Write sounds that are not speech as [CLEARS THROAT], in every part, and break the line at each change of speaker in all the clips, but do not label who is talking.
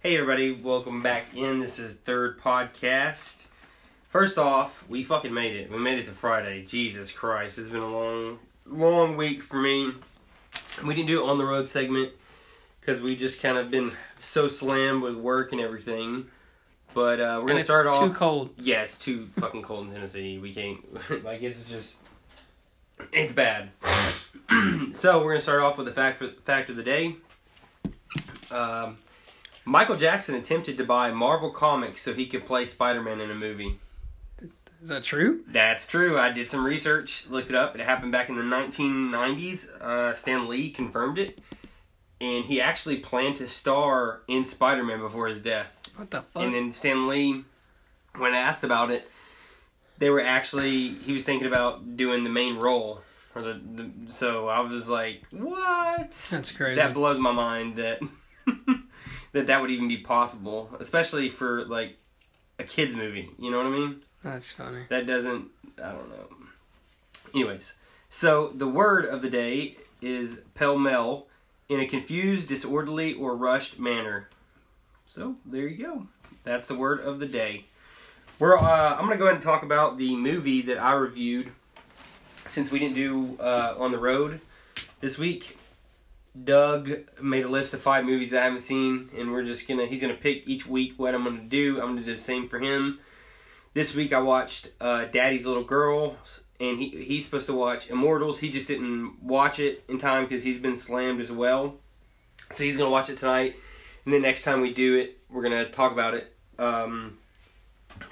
Hey everybody, welcome back in. This is third podcast. First off, we fucking made it. We made it to Friday. Jesus Christ, it's been a long, long week for me. We didn't do an on the road segment because we just kind of been so slammed with work and everything. But uh, we're
and
gonna
it's
start off.
too cold.
Yeah, it's too fucking cold in Tennessee. We can't [LAUGHS] like it's just it's bad. [CLEARS THROAT] so we're gonna start off with the fact for, fact of the day. Um, Michael Jackson attempted to buy Marvel comics so he could play Spider Man in a movie.
Is that true?
That's true. I did some research, looked it up. It happened back in the 1990s. Uh, Stan Lee confirmed it, and he actually planned to star in Spider Man before his death.
What the fuck?
And then Stan Lee, when asked about it, they were actually he was thinking about doing the main role or the, the so I was like, what?
[LAUGHS] That's crazy.
That blows my mind that [LAUGHS] that that would even be possible, especially for like a kids movie. You know what I mean?
That's funny. [LAUGHS]
That doesn't. I don't know. Anyways, so the word of the day is pell mell, in a confused, disorderly, or rushed manner. So there you go. That's the word of the day. We're. Uh, I'm gonna go ahead and talk about the movie that I reviewed. Since we didn't do uh, on the road this week, Doug made a list of five movies that I haven't seen, and we're just gonna. He's gonna pick each week what I'm gonna do. I'm gonna do the same for him this week I watched uh, Daddy's Little Girl, and he he's supposed to watch Immortals. He just didn't watch it in time because he's been slammed as well. So he's gonna watch it tonight, and then next time we do it, we're gonna talk about it. Um,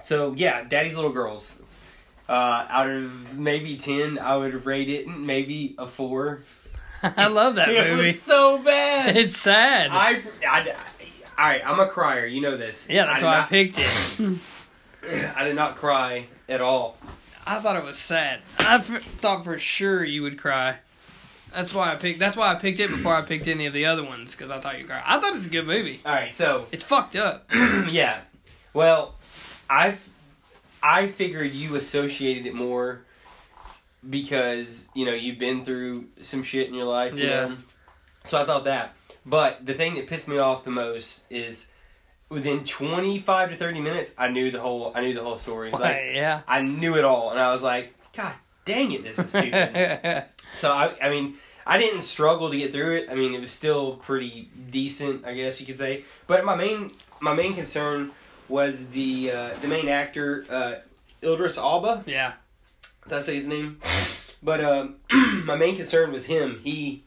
so yeah, Daddy's Little Girls. Uh, out of maybe ten, I would rate it maybe a four.
I love [LAUGHS]
[LAUGHS]
that
it
movie.
was so
[LAUGHS]
bad.
It's sad.
I, I, all right, I'm a crier. You know this.
yeah,
I
that's
did
why I
not-
picked it.
[LAUGHS] I did not cry at all.
I thought it was sad. I f- thought for sure you would cry. That's why I picked. That's why I picked it before I picked any of the other ones because I thought you'd cry. I thought it's a good movie.
All right, so
It's fucked up.
[CLEARS THROAT] yeah. Well, I I figured you associated it more because you know you've been through some shit in your life. you
Yeah.
know? So I thought that, but the thing that pissed me off the most is within twenty five to thirty minutes, I knew the whole I knew the whole story. Like
Why, yeah.
I knew it all, and I was like, God dang it, this is
[LAUGHS]
stupid. So I, I mean, I didn't struggle to get through it. I mean, it was still pretty decent, I guess you could say. But my main, my main concern was the uh, the main actor, uh, Ildris Alba.
yeah.
Did I say his name? But um, [CLEARS THROAT] my main concern was him. He,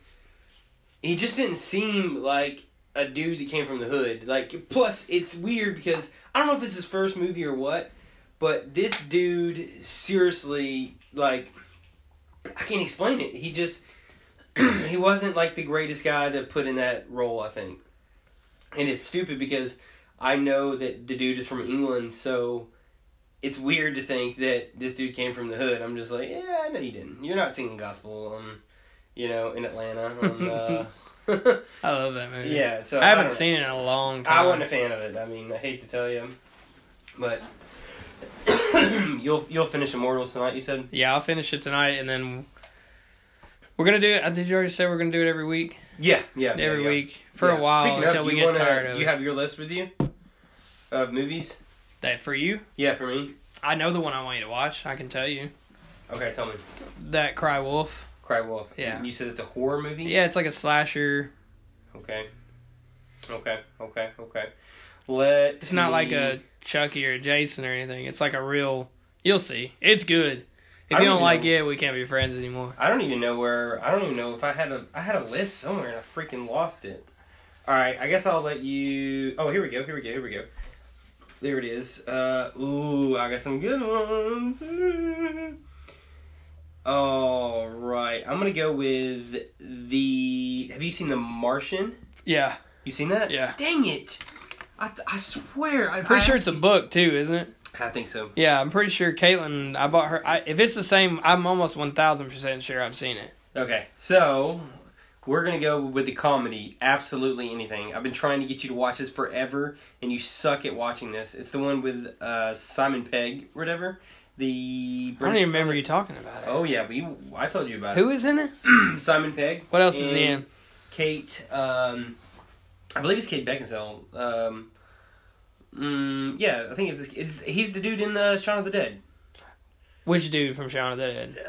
he just didn't seem like a dude that came from the hood. Like, plus it's weird because I don't know if it's his first movie or what, but this dude seriously, like, I can't explain it. He just, [CLEARS THROAT] he wasn't like the greatest guy to put in that role. I think, and it's stupid because I know that the dude is from England, so it's weird to think that this dude came from the hood. I'm just like, yeah, I know you didn't. You're not singing gospel, um, you know, in Atlanta. On, uh, [LAUGHS]
[LAUGHS] I love that movie.
yeah, so don't
I
know.
haven't seen it in a long time.
I wasn't a fan of it. I mean, I hate to tell you, but [CLEARS THROAT] you'll you'll finish Immortals tonight. You said
Yeah, I'll finish it tonight and then we're gonna do it. uh, Did you already say we're gonna do it every week?
yeah, yeah,
Every
yeah, yeah.
week for
Yeah.
a while
Speaking of,
until we
you
get
wanna-
tired of
You
it.
have your list with you of movies.
that for you.
Yeah, for me.
I know the one I want you to watch. I can tell you
Okay, tell me.
that Cry Wolf.
Cry Wolf.
Yeah.
You said it's a horror movie.
Yeah, it's like a slasher.
Okay. Okay. Okay. Okay. Let.
It's not like
me-
a Chucky or a Jason or anything. It's like a real. You'll see. It's good. If
I
you
don't
don't like
even
it, we can't be friends anymore.
I don't even know where. I don't even know if I had a. I had a list somewhere and I freaking lost it. All right, I guess I'll let you. Oh, here we go. Here we go. Here we go. There it is. Uh, ooh, I got some good ones. All right, I'm gonna go with the. Have you seen The Martian?
Yeah,
You seen that?
Yeah.
Dang it! I, I swear. I,
I'm pretty
I,
sure it's a book too, isn't it?
I think so.
Yeah, I'm pretty sure Caitlin. I bought her. I, if it's the same, I'm almost one thousand percent sure I've seen it.
Okay, so we're gonna go with the comedy. Absolutely anything. I've been trying to get you to watch this forever, and you suck at watching this. It's the one with uh, Simon Pegg, or whatever. The
I don't even remember you talking about it.
Oh yeah, we. I told you about
Who is in it?
it. Simon Pegg. Mm.
What else is he
And
in?
Kate. Um, I believe it's Kate Beckinsale. Um, Mm, yeah, I think it's, it's he's the dude in uh, Shaun of the Dead. [LAUGHS]
Which dude from Shaun of the Dead?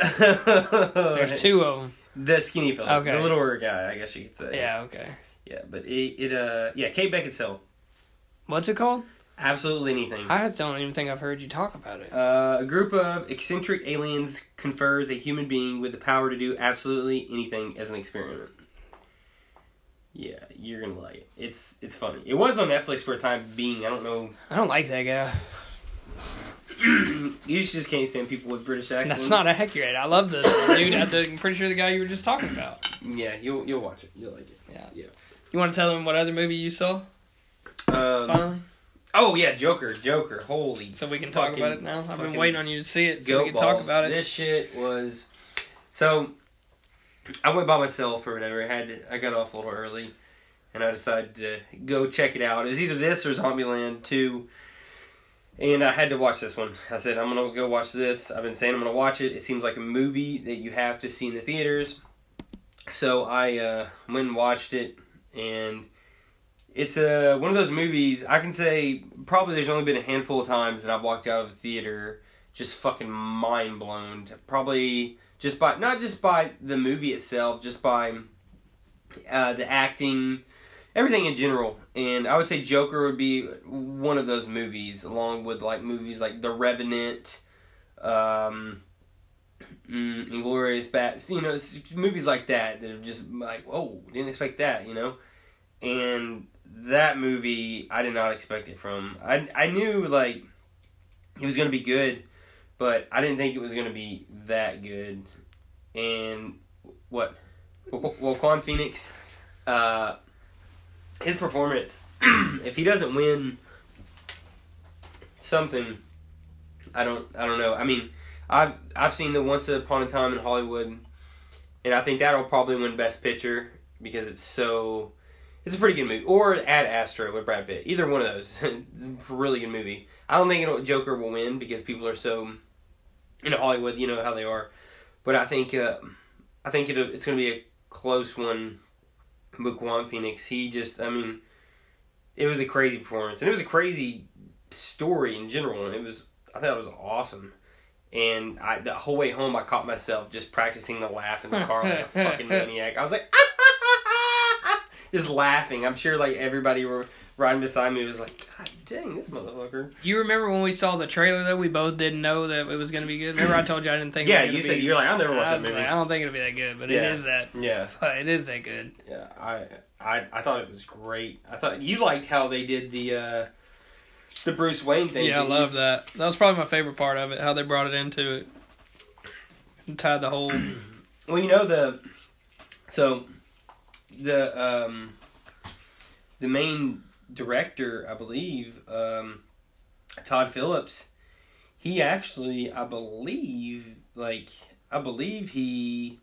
There's
There's two of them.
The skinny fella,
Okay.
the littler guy, I guess you could say.
Yeah, okay.
yeah, but it, it uh, yeah, Kate Beckinsale,
What's it called?
absolutely anything.
I just don't even think I've heard you talk about it.
Uh, a group of eccentric aliens confers a human being with the power to do absolutely anything as an experiment. Yeah, you're gonna like it. It's it's funny. It was on Netflix for a time being. I don't know. [CLEARS THROAT]
I don't like that guy.
You just can't stand people with British accents.
That's not accurate. I love this dude. I think- I'm pretty sure the guy you were just talking about.
Yeah, you'll you'll watch it. You'll like it.
You want to tell them what other movie you saw
Um,
finally,
oh yeah, Joker. Joker. Holy.
so we can talk
fucking
about it now. I've been
fucking
waiting on you to see it so
goat
we can talk
balls.
about it.
This shit was. So, I went by myself or whatever. I had to, I got off a little early, and I decided to go check it out. It was either this or Zombieland Two, and I had to watch this one. I said I'm gonna go watch this. I've been saying I'm gonna watch it. It seems like a movie that you have to see in the theaters. So I uh, went and watched it, and it's uh, one of those movies. I can say probably there's only been a handful of times that I've walked out of the theater just fucking mind blown. Probably just by not just by the movie itself, just by uh, the acting, everything in general. And I would say Joker would be one of those movies, along with like movies like The Revenant, um, mm, Inglorious Bats. You know, it's movies like that that are just like, whoa, didn't expect that. You know, and that movie I did not expect it from. I I knew like it was gonna be good, but I didn't think it was gonna be that good. And what? Wa- Wa- Joaquin Phoenix, uh, his performance. [CLEARS THROAT] if he doesn't win something, I don't. I don't know. I mean, I've I've seen the Once Upon a Time in Hollywood, and I think that'll probably win Best Picture because it's so. It's a pretty good movie, or Ad Astra with Brad Pitt. Either one of those, [LAUGHS] It's a really good movie. I don't think it'll, Joker will win because people are so in Hollywood, you know how they are. But I think uh, I think it'll, it's going to be a close one. With Juan Phoenix, he just I mean, it was a crazy performance and it was a crazy story in general. And it was I thought it was awesome. And I the whole way home, I caught myself just practicing the laugh in the car like a fucking maniac. I was like, [LAUGHS] just laughing. I'm sure like everybody were riding beside me was like, God dang, this motherfucker.
You remember when we saw the trailer though? We both didn't know that it was going to be good. Remember I told you I didn't think.
Yeah,
it was gonna
you said
be-
you're like I'll never watch
I,
that
was
movie.
like, I don't think it'll be that good, but
Yeah.
it is that.
yeah,
But it is that good.
yeah. I, I I thought it was great. I thought you liked how they did the uh the Bruce Wayne thing.
yeah, I
didn't you?
love that. That was probably my favorite part of it. How they brought it into it, and tied the whole.
Well, you know the so the um the main director, I believe, um Todd Phillips. He actually, I believe, like I believe he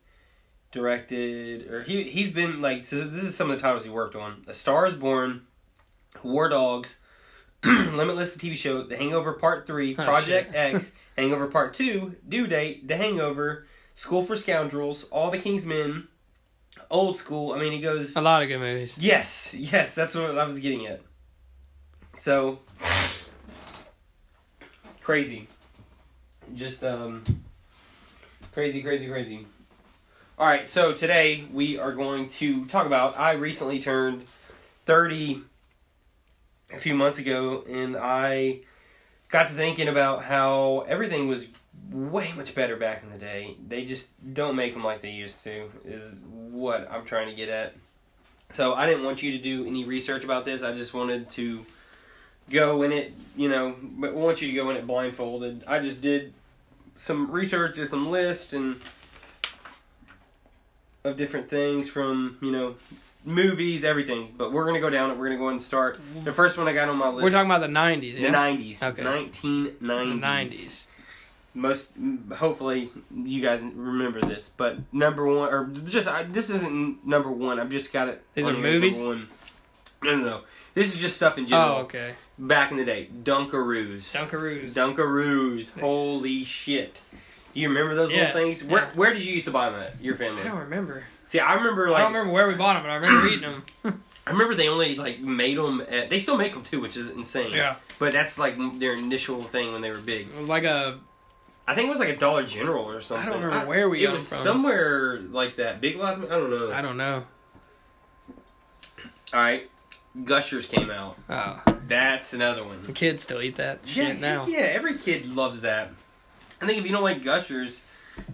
directed or he he's been like so this is some of the titles he worked on. A Star is Born, War Dogs, [CLEARS THROAT] Limitless the TV show, The Hangover Part 3,
Oh,
Project
[LAUGHS] shit.
X, Hangover Part 2, Due Date, The Hangover, School for Scoundrels, All the King's Men, Old School. I mean, he goes
A lot of good movies.
Yes, yes, that's what I was getting at. So crazy. Just um crazy, crazy, crazy. All right, so today we are going to talk about I recently turned 30 a few months ago and I got to thinking about how everything was way much better back in the day. They just don't make them like they used to is what I'm trying to get at. So I didn't want you to do any research about this. I just wanted to go in it, you know, but I want you to go in it blindfolded. I just did some research and some lists and of different things from, you know, movies, everything. But we're gonna go down and we're gonna go and start. The first one I got on my list
We're talking about the '90s. Yeah,
the nineties,
Okay.
nineteen
The
nineties.
90s.
Most hopefully you guys remember this, but number one or just I, this isn't number one. I've just got it.
These
on
are
here as
movies?
number One. No, no, no. This is just stuff in general.
Oh, okay.
Back in the day, Dunkaroos.
Dunkaroos.
Dunkaroos. Holy shit! Do you remember those
Yeah,
little things? Where
yeah.
where did you used to buy them at? Your
I
family?
don't remember.
See, I remember like [CLEARS THROAT]
I don't remember where we bought them, but I remember eating them.
I remember they only like made them. At, they still make them too, which is insane.
Yeah.
But that's like their initial thing when they were big.
It was like a
I think it was like a Dollar General or something.
remember where we
It
got
was
them from.
somewhere like that. Big Lots. I don't know.
I don't know.
All right. Gushers came out.
Oh,
That's another one.
the kids still eat that
Yeah,
shit now.
heck yeah, every kid loves that. I think if you don't like gushers,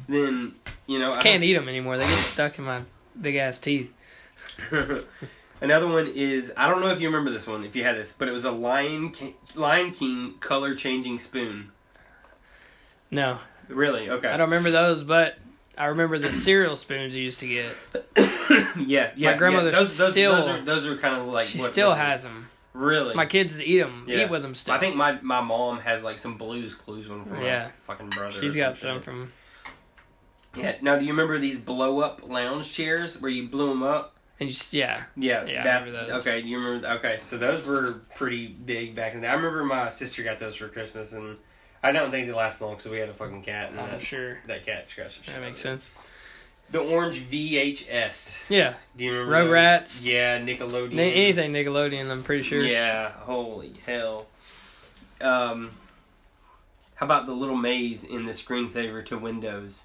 then you know I
Can't
don't-
eat them anymore. They get stuck in my big ass teeth.
[LAUGHS] Another one is I don't know if you remember this one, if you had this, but it was a Lion King, Lion King color changing spoon.
No,
Really? Okay.
I don't remember those, but I remember the cereal spoons you used to get.
[LAUGHS] yeah, yeah. yeah.
grandmother
Those, those,
still-
those are, those are kind of like
she
what-
still
what it is.
has them.
Really?
My kids eat them,
Yeah.
eat with them still.
I think my, my mom has like some Blues Clues one from
Yeah.
my fucking brother.
she's
or
got
some
some
shit.
from.
Yeah. Now, do you remember these blow up lounge chairs where you blew them up?
And you, s- yeah,
Yeah,
Yeah, I
that's
remember those.
okay. You remember? Okay, so those were pretty big back in the day. I remember my sister got those for Christmas, and I don't think they last long because we had a fucking cat, and
I'm
that,
sure
that cat scratched. the shit
that
out
makes
of it.
sense.
The orange VHS.
Yeah,
Do you remember? those?
Rugrats,
Yeah, Nickelodeon.
Na- anything Nickelodeon. I'm pretty sure.
Yeah. Holy hell. Um. How about the little maze in the screensaver to Windows?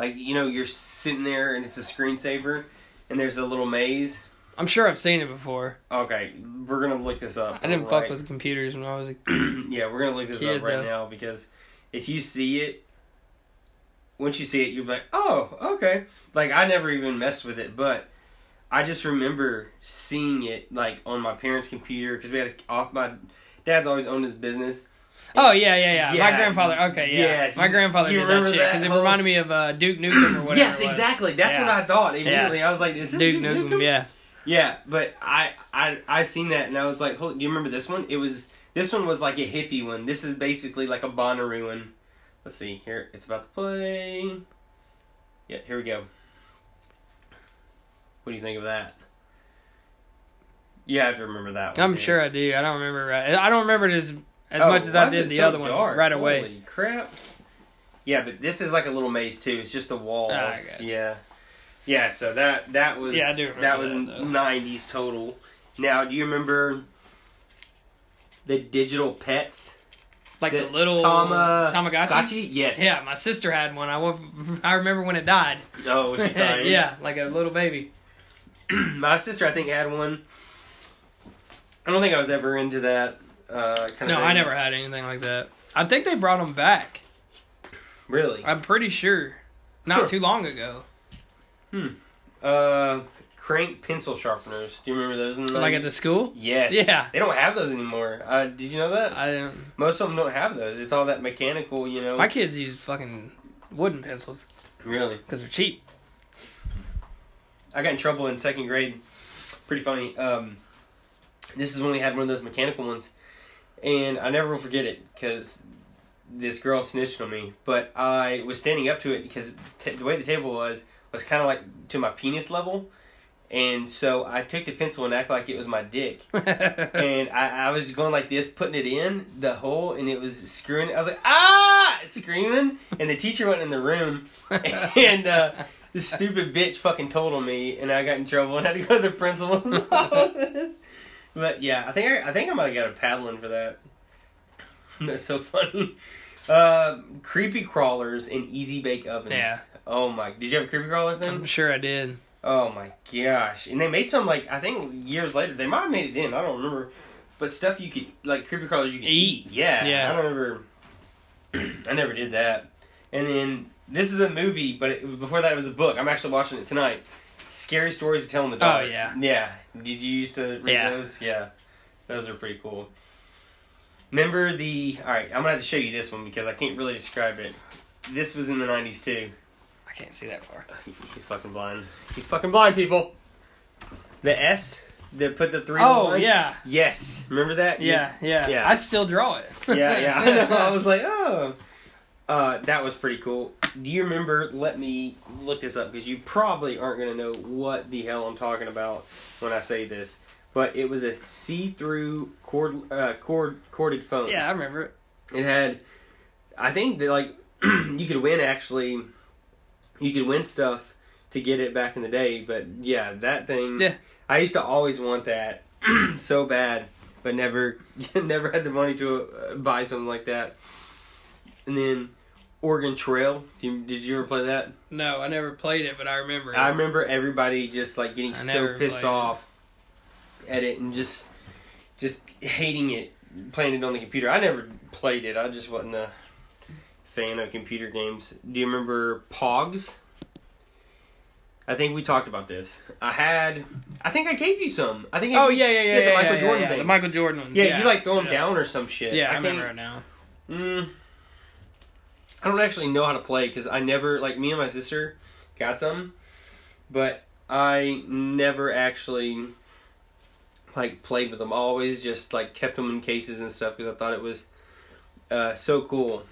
Like you know, you're sitting there and it's a screensaver, and there's a little maze.
I'm sure I've seen it before.
Okay, we're gonna look this up.
I didn't
right?
fuck with computers when I was a
[CLEARS THROAT] yeah, we're gonna look this
Kid,
up right
though.
now because if you see it, once you see it, you're like, oh, okay. Like I never even messed with it, but I just remember seeing it like on my parents' computer because we had a, off my dad's always owned his business.
Oh yeah, yeah, yeah.
Yeah.
My grandfather. Okay, yeah.
Yes.
My grandfather
You
did that
remember
shit
that
because it
whole-
reminded me of uh, Duke Nukem or whatever.
yes,
it was.
exactly. That's
Yeah.
what I thought immediately. I was like, is this
Duke, Nukem, Yeah.
Yeah, but I I I seen that and I was like, hold, do you remember this one? It was this one was like a hippie one. This is basically like a Bonnaroo one. Let's see here. It's about to play. Yeah, here we go. What do you think of that? You have to remember that one.
I'm
dude.
sure I do. I don't remember. Right. I don't remember it as as
Oh,
much as
why
I
is it
did the
so
other one
dark?
right away.
Holy crap! Yeah, but this is like a little maze too. It's just the walls.
Ah, I got it.
yeah, yeah. So that that was
Yeah, I do remember
that was
that, though.
nineties total. Now, do you remember the digital pets?
Like the,
The
little
Tama-
Tamagotchis.
Gotchi? Yes.
Yeah, my sister had one. I won't- [LAUGHS] I remember when it died.
Oh,
[LAUGHS]
she died.
yeah, like a little baby.
[CLEARS THROAT] My sister, I think, had one. I don't think I was ever into that. Uh, kind of
No,
thing.
I never had anything like that. I think they brought them back.
really.
I'm pretty sure. Not
Huh.
too long ago,
Uh, crank pencil sharpeners. Do you remember those? In the
like
90s?
at the school.
Yes.
Yeah.
They don't have those anymore. Uh, did you know that?
I didn't.
Most of them don't have those. It's all that mechanical, you know.
My kids used fucking wooden pencils
Really.
because they're cheap. [LAUGHS]
I got in trouble in second grade. Pretty funny. Um, this is when we had one of those mechanical ones, and I never will forget it because this girl snitched on me. But I was standing up to it because t- the way the table was was kind of like to my penis level, and so I took the pencil and acted like it was my dick. and I, I was going like this, putting it in the hole, and it was screwing. I was like, ah, screaming, and the teacher went in the room, and uh, this stupid bitch fucking told on me, and I got in trouble, and I had to go to the principal's [LAUGHS] office. But yeah, I think I, I think I might have got a paddling for that. [LAUGHS] That's so funny. Uh, creepy crawlers and easy bake ovens.
Yeah.
Oh my! Did you have a creepy crawler thing?
I'm sure I did.
Oh my gosh! And they made some like I think years later. They might have made it then. I don't remember. But stuff you could like creepy crawlers you could
Eat.
eat. Yeah,
Yeah.
I don't remember. [CLEARS THROAT] I never did that. And then this is a movie, but it, before that it was a book. I'm actually watching it tonight. Scary stories to tell in the dark.
Oh, yeah.
yeah. Did you used to read
Yeah.
those? Yeah, those are pretty cool. Remember the? All right, I'm gonna have to show you this one because I can't really describe it. This was in the '90s too.
I can't see that far.
He's fucking blind. He's fucking blind, people. The S that put the three.
Oh
lines?
yeah,
Yes, remember that?
yeah, yeah,
Yeah.
I still draw it.
[LAUGHS] yeah, yeah.
[LAUGHS]
I know. I was like, oh, uh, that was pretty cool. Do you remember? Let me look this up because you probably aren't gonna know what the hell I'm talking about when I say this. But it was a see-through cord, uh, cord, corded phone.
yeah, I remember it.
It had, I think that like [CLEARS THROAT] you could win actually, you could win stuff to get it back in the day. But yeah, that thing.
Yeah.
I used to always want that [CLEARS THROAT] so bad, but never [LAUGHS] never had the money to uh, buy something like that. And then Oregon Trail. Do you, did you ever play that?
No, I never played it, but I remember. It.
I remember everybody just like getting
I
so
never
pissed
played it.
off at it and just just hating it, playing it on the computer. I never played it. I just wasn't a fan of computer games. Do you remember Pogs? I think we talked about this. I had, I think I gave you some. I think. I
oh
gave-
yeah, yeah, yeah,
the
yeah,
Michael
yeah, yeah,
Jordan
yeah, the
things.
Michael Jordan ones.
Yeah, you like throw them
Yeah.
down or some shit.
Yeah, I,
can't-
remember it now.
Mm, I don't actually know how to play because I never like me and my sister got some, but I never actually like played with them. I always just like kept them in cases and stuff because I thought it was uh, so cool.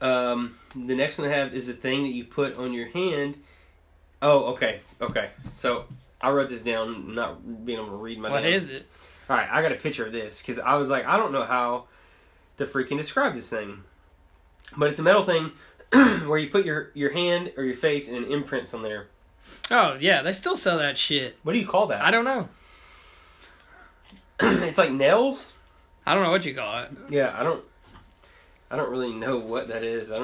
Um, the next one I have is the thing that you put on your hand. Oh, okay, okay. So I wrote this down, not being able to read my.
What
damn-
is it?
all right, I got a picture of this because I was like, I don't know how to freaking describe this thing, but it's a metal thing [CLEARS THROAT] where you put your your hand or your face and an imprint's on there.
Oh yeah, they still sell that shit.
What do you call that?
I don't know.
[CLEARS THROAT] it's like nails.
I don't know what you call it.
Yeah, I don't. I don't really know what that is. I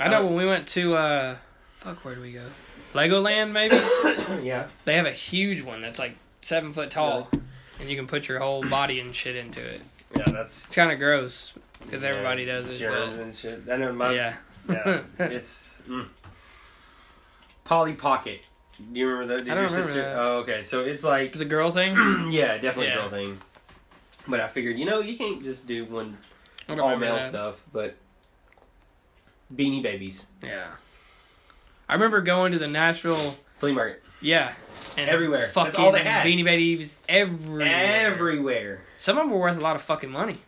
I
Oh.
know when we went to uh, fuck, where do we go? Legoland maybe.
[COUGHS] don't. yeah.
They have a huge one that's like seven foot tall, and you can put your whole body and shit into it.
Yeah, that's
It's kind of gross because
yeah,
everybody does it.
germs
But,
and shit. I know my.
yeah. [LAUGHS]
yeah, it's mm. Polly Pocket. Do you remember that? Did
I don't
your
remember
sister?
that.
Oh, okay. So it's like
It's a
[CLEARS THROAT]
girl thing. I
yeah, definitely a
Yeah.
girl thing. But I figured, you know, you can't just do one
don't
all
remember
male
that.
stuff. But Beanie Babies,
Yeah. I remember going to the Nashville.
flea market,
Yeah. And
Everywhere. That's
Fucking
all they had.
Beanie Babies everywhere.
everywhere.
Some of them were worth a lot of fucking money.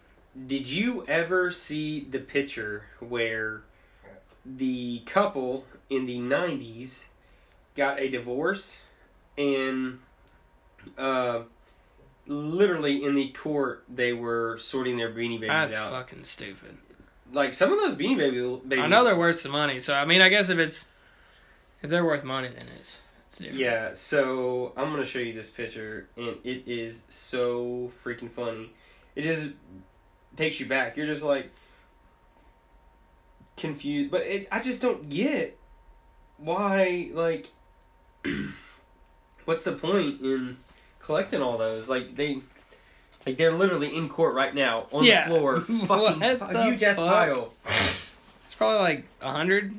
Did you ever see the picture where the couple in the '90s got a divorce, and uh, literally in the court they were sorting their Beanie Babies
That's
out?
fucking stupid.
Like some of those Beanie Baby babies,
I know they're worth some money, so I mean, I guess if it's if they're worth money, then it's, it's different.
Yeah, so I'm gonna show you this picture, and it is so freaking funny. It just takes you back. You're just like confused, but it, I just don't get why. Like, [CLEARS THROAT] what's the point in collecting all those? Like they, like they're literally in court right now on
Yeah.
the floor, fucking
[LAUGHS] What the
huge ass
fuck?
pile.
It's probably like a hundred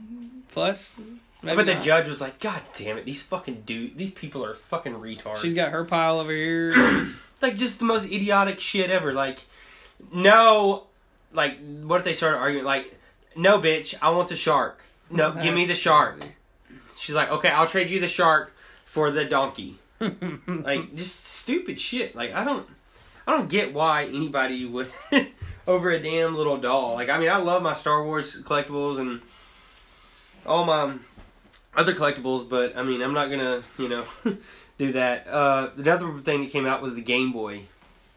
plus. maybe
but the
not.
judge was like, "God damn it, these fucking dude, these people are fucking retards."
she's got her pile over [COUGHS] here.
like just the most idiotic shit ever. Like, no, like what if they started arguing? Like, no, bitch, I want the shark.
[LAUGHS]
No, give me the
That's
shark.
crazy. [LAUGHS]
She's like, okay, I'll trade you the shark for the donkey. like, just stupid shit. Like, I don't, I don't get why anybody would [LAUGHS] over a damn little doll. Like, I mean, I love my Star Wars collectibles and all my other collectibles, but I mean, I'm not gonna, you know, [LAUGHS] do that. Uh, another thing that came out was the Game Boy.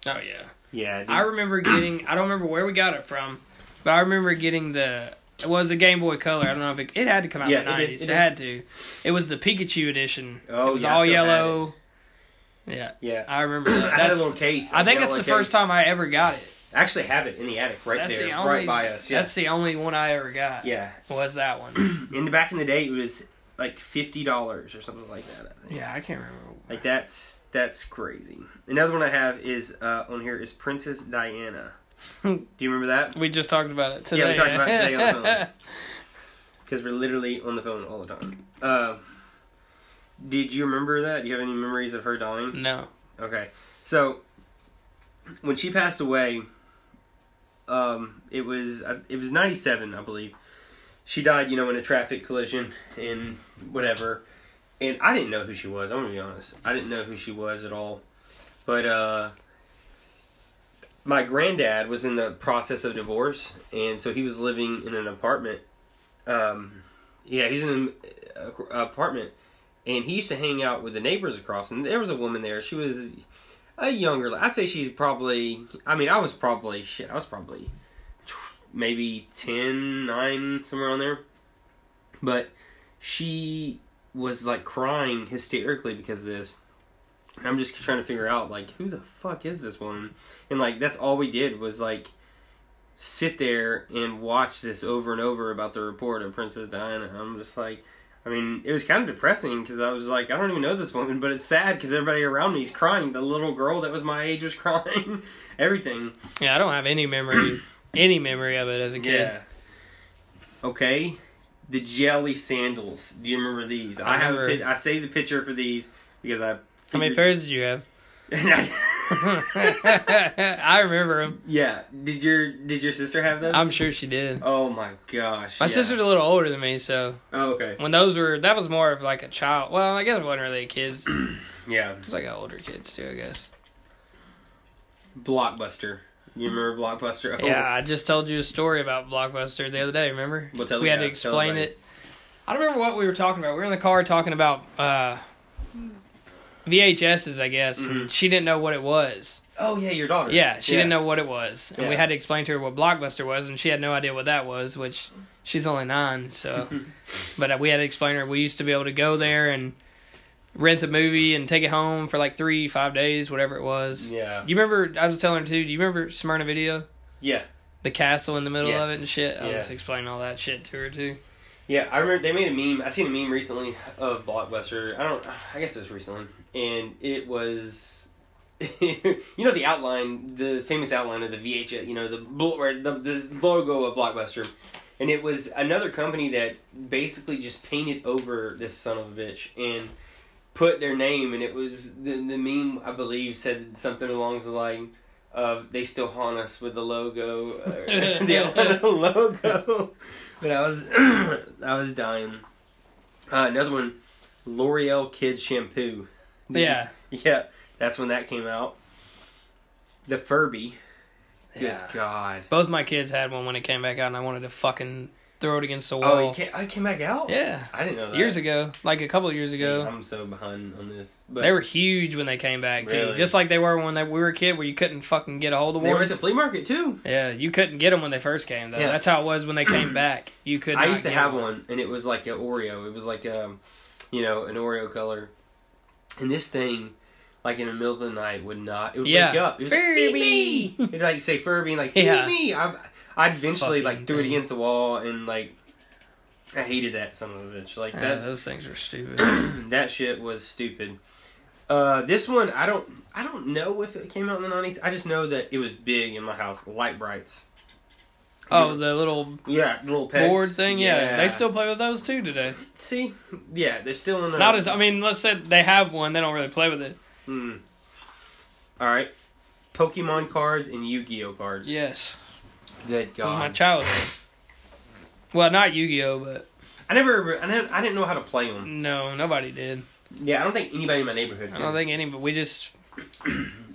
Oh yeah.
Yeah,
I remember getting. I don't remember where we got it from, but I remember getting the. It was a Game Boy Color. I don't know if it, it had to come out
Yeah,
in the
it did,
nineties.
it
It,
did.
had to. It was the Pikachu edition.
Oh,
it was
yeah, I
all
still had
yellow. Yeah,
yeah.
I remember [COUGHS] that.
I [CLEARS THROAT] had a
That's,
little case.
I think
got a
that's the
little
first
case.
time I ever got it.
I actually have it in the attic, right
That's
there,
the only.
right by us. Yeah,
That's the only one I ever got.
yeah.
was that one? [COUGHS]
In the back in the day, it was like fifty dollars or something like that. I think.
yeah, I can't remember.
Like that's that's crazy. Another one I have is uh, on here is Princess Diana. Do you remember that?
[LAUGHS] We just talked about it
Yeah,
today.
we talked about it today on the
[LAUGHS]
phone. Because we're literally on the phone all the time. Uh, did you remember that? Do you have any memories of her dying?
no.
Okay. So when she passed away, um, it was it was ninety seven, I believe. She died, you know, in a traffic collision and whatever. And I didn't know who she was. I'm gonna be honest. I didn't know who she was at all. But uh, my granddad was in the process of divorce, and so he was living in an apartment. Um, yeah, he's in an uh, apartment, and he used to hang out with the neighbors across. And there was a woman there. She was a younger. I'd say she's probably. I mean, I was probably shit. I was probably tw- maybe 10, 9, somewhere on there. But she was like crying hysterically because of this. I'm just trying to figure out like who the fuck is this woman, and like that's all we did was like sit there and watch this over and over about the report of Princess Diana. I'm just like, I mean, it was kind of depressing because I was like, I don't even know this woman, but it's sad because everybody around me is crying. The little girl that was my age was [LAUGHS] crying. Everything.
Yeah, I don't have any memory, any memory of it as a kid.
Okay. The jelly sandals. Do you remember these? I,
I
have. A,
remember.
pic- I saved the picture for these because I.
How many
figured-
pairs did
[LAUGHS]
you have? [LAUGHS]
yeah. [LAUGHS]
I remember them.
Did your Did your sister have those?
I'm sure she did.
Oh my gosh.
My
yeah.
sister's a little older than me, so
Oh, okay.
when those were, that was more of like a child. Well, I guess it wasn't really kids. It
Yeah.
was like older kids too, I guess.
Blockbuster. You remember Blockbuster? Oh,
Yeah, I just told you a story about Blockbuster the other day. Remember?
Well, tell the
we had to
guy- tell
explain
everybody.
it. I don't remember what we were talking about. We were in the car talking about uh, VHSs, I guess.
Mm-hmm.
And she didn't know what it was.
Oh yeah, your daughter.
Yeah, she didn't know what it was, and we
Yeah.
had to explain to her what Blockbuster was, and she had no idea what that was. Which she's only
[LAUGHS]
nine, so. but uh, we had to explain to her we used to be able to go there and rent the movie and take it home for like three, five days, whatever it was.
Yeah.
You remember? I was telling her too. Do you remember Smyrna Video?
Yeah.
The castle in the middle of
Yes.
it and shit. I was
Yeah.
explaining all that shit to her too.
Yeah, I remember they made a meme. I seen a meme recently of Blockbuster. I don't. I guess it was recently, and it was. [LAUGHS] you know the outline, the famous outline of the VHS. You know the bl- or the, the logo of Blockbuster, and it was another company that basically just painted over this son of a bitch and put their name. And it was the the meme I believe said something along the line of "They still haunt us with the logo, or [LAUGHS] the outline of the logo." But I was [CLEARS THROAT] I was dying. Uh, another one, L'Oreal Kids Shampoo. [LAUGHS] Did you-
Yeah.
yeah, that's when that came out. The Furby.
Yeah.
Good God.
Both my kids had one when it came back out, and I wanted to fucking throw it against the wall.
Oh, it came, oh, it came back out?
yeah.
I didn't know that.
Years ago, like a couple of years
See,
ago.
I'm so behind on this. But
they were huge when they came back too,
Really?
just like they were when they, we were a kid, where you couldn't fucking get a hold of
they
one.
were at the flea market too.
yeah, you couldn't get them when they first came though.
Yeah.
That's how it was when
[CLEARS THROAT]
they came back. You could.
I
not
used to
get
have one, and it was like an Oreo. It was like um, you know, an Oreo color. And this thing, like in the middle of the night, would not. It would
Yeah.
wake up. It was like, "Feed me!"
Furby!
It'd like say Furby and like feed
Yeah.
me. I, I eventually like
Fucking
threw it
thing.
against the wall and like. I hated that son of a bitch. Like
Yeah,
that,
those things were stupid.
[CLEARS THROAT] that shit was stupid. Uh, this one I don't I don't know if it came out in the nineties. I just know that it was big in my house, light brights.
oh, the little
Yeah, little pegs.
board thing. Yeah. they still play with those too today.
see. Yeah, they're still in. the-
Not as I mean, let's say they have one, they don't really play with it.
Hmm. All right, Pokemon cards and Yu Gi Oh cards.
Yes,
Good
it was my
God,
childhood. Well, not Yu-Gi-Oh, but
I never, I never, I didn't know how to play them.
no, nobody did.
Yeah, I don't think anybody in my neighborhood.
I don't think any, but we just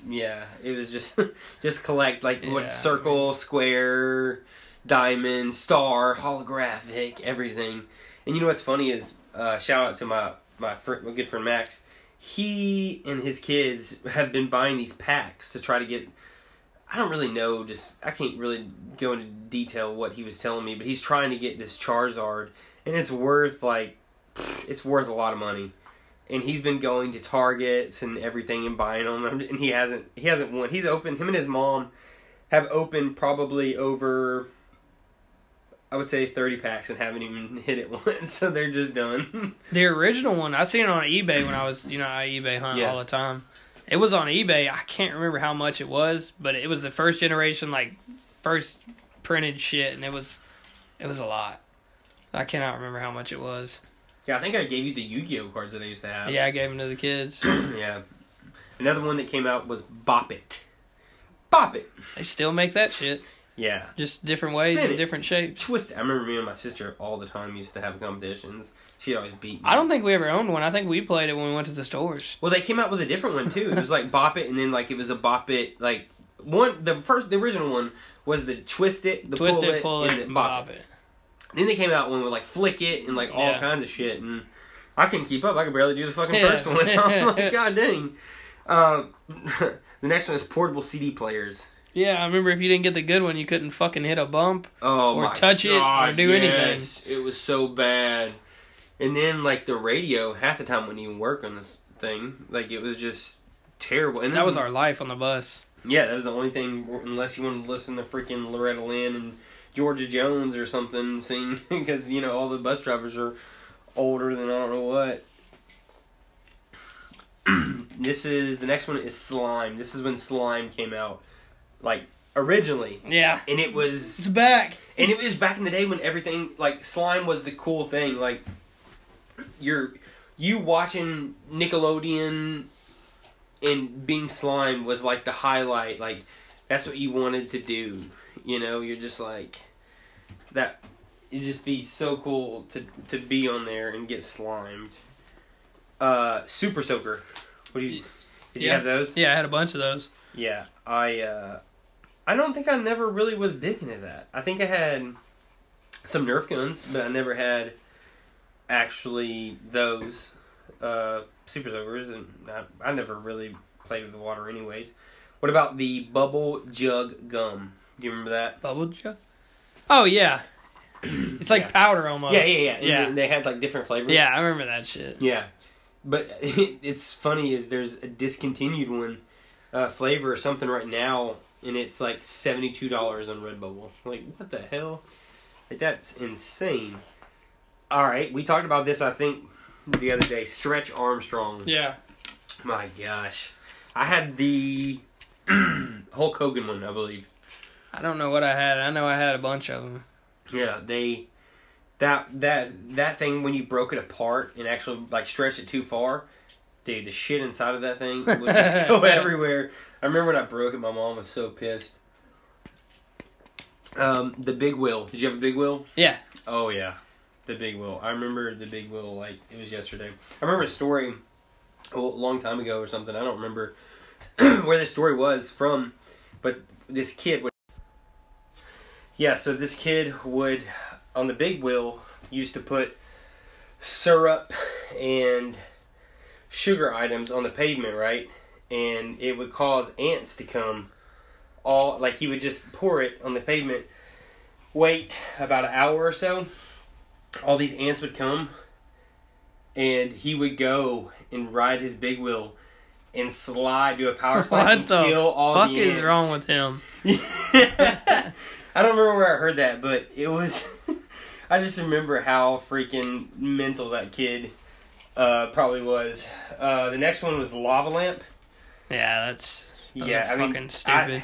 Yeah, it was just [LAUGHS] just collect like
Yeah.
what circle, square, diamond, star, holographic, everything. And you know what's funny is uh, shout out to my my friend, my good friend Max. He and his kids have been buying these packs to try to get. I don't really know. Just I can't really go into detail what he was telling me, but he's trying to get this Charizard, and it's worth like it's worth a lot of money and he's been going to Targets and everything and buying them, and he hasn't he hasn't won. He's opened him and his mom have opened probably over I would say thirty packs and haven't even [LAUGHS] hit it once, so they're just done. [LAUGHS]
The original one, I seen it on eBay when I was, you know, I eBay hunt
Yeah.
all the time. It was on eBay. I can't remember how much it was, but it was the first generation, like first printed shit, and it was, it was a lot. I cannot remember how much it was.
yeah, I think I gave you the Yu Gi Oh cards that I used to have.
Yeah, I gave them to the kids.
[CLEARS THROAT] yeah. Another one that came out was Bop It. Bop It.
They still make that shit,
Yeah.
just different ways
Spin
and
it.
different shapes.
Twist. I remember me and my sister all the time used to have competitions. She'd always beat me.
I don't think we ever owned one. I think we played it when we went to the stores.
Well, they came out with a different one too. It was like Bop It, and then like it was a Bop It like one. The first, the original one was the Twist It, the
Twist
Pull
it, pull
and
it,
the
bop it.
Then they came out one with like Flick It and like all
Yeah.
kinds of shit, and I couldn't keep up. I could barely do the fucking
[LAUGHS] Yeah.
first one. [LAUGHS] I'm
[LAUGHS]
like, God dang. Uh, [LAUGHS] the next one is portable CD players.
Yeah, I remember if you didn't get the good one, you couldn't fucking hit a bump.
Oh
Or
my
touch it, or
God,
do
yes. It was so bad. And then like the radio, half the time wouldn't even work on this thing. Like it was just terrible. And
That was
then-
our life on the bus.
yeah. That was the only thing, unless you wanted to listen to freaking Loretta Lynn and Georgia Jones or something sing, [LAUGHS] because you know all the bus drivers are older than I don't know what. [CLEARS THROAT] this is the next one is Slime. This is when Slime came out, like originally,
Yeah.
and it was
It's back.
and it was back in the day when everything like slime was the cool thing. Like you're you watching Nickelodeon and being slime was like the highlight. Like that's what you wanted to do. You know, you're just like that. It'd just be so cool to to be on there and get slimed. Uh, Super Soaker. What do you? Did you
Yeah.
have those?
Yeah, I had a bunch of those.
Yeah, I uh I don't think I never really was big into that. I think I had some Nerf guns, but I never had actually those uh super soakers and I, I never really played with the water anyways. What about the bubble jug gum? Do you remember that?
Bubble Joe. Oh yeah. It's like
Yeah.
powder almost.
Yeah, yeah, yeah. And
Yeah.
they- They had like different flavors.
Yeah, I remember that shit.
Yeah, but [LAUGHS] it's funny is there's a discontinued one, uh, flavor or something right now, and it's like seventy two dollars on Redbubble. Like what the hell? Like that's insane. All right, we talked about this I think the other day. Stretch Armstrong.
Yeah.
My gosh, I had the [CLEARS THROAT] Hulk Hogan one, I believe.
I don't know what I had. I know I had a bunch of them.
Yeah, they that that that thing when you broke it apart and actually like stretched it too far, dude, the shit inside of that thing would just [LAUGHS] go everywhere. I remember when I broke it, my mom was so pissed. Um, the big wheel. Did you have a big wheel?
Yeah.
Oh yeah, the big wheel. I remember the big wheel like it was yesterday. I remember a story, a long time ago or something. I don't remember [CLEARS THROAT] where this story was from, but this kid would. Yeah, so this kid would, on the big wheel, used to put syrup and sugar items on the pavement, right? And it would cause ants to come. All like he would just pour it on the pavement wait about an hour or so, all these ants would come, and he would go and ride his big wheel and slide do a
[LAUGHS]
power slide
What
and
the
kill all
fuck
the
is
ants.
wrong with him?
I don't remember where I heard that, but it was. [LAUGHS] I just remember how freaking mental that kid uh, probably was. Uh, the next one was lava lamp.
Yeah, that's those
yeah,
are
I mean,
fucking
I-
stupid.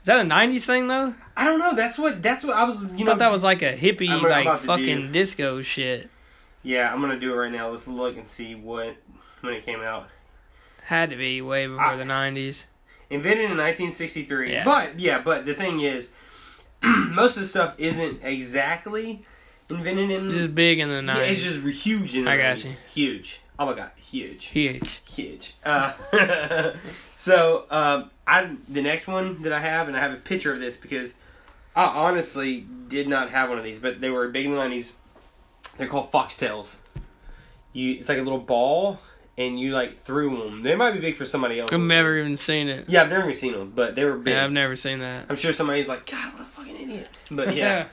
is that a '90s thing though?
I, don't know. That's what. That's what I was. You
I
know
thought that was like a hippie,
I'm about
like
to do-
fucking disco shit.
Yeah, I'm gonna do it right now. Let's look and see what when it came out.
Had to be way before
I-
the '90s.
Invented in 1963.
Yeah.
But yeah, but the thing is, [CLEARS THROAT] most of the stuff isn't exactly invented in.
It's just big in the '90s.
yeah, it's just huge in the
I got
90s.
you.
Huge. Oh my god, huge.
huge.
huge. Uh, [LAUGHS] so um, I the next one that I have, and I have a picture of this because I honestly did not have one of these, but they were big in the nineties. They're called foxtails. You, it's like a little ball, and you like threw them. They might be big for somebody else.
I've never even seen it.
Yeah, I've never even seen them, but they were big.
Yeah, I've never seen that.
I'm sure somebody's like, God, what a fucking idiot.
[LAUGHS]
But yeah.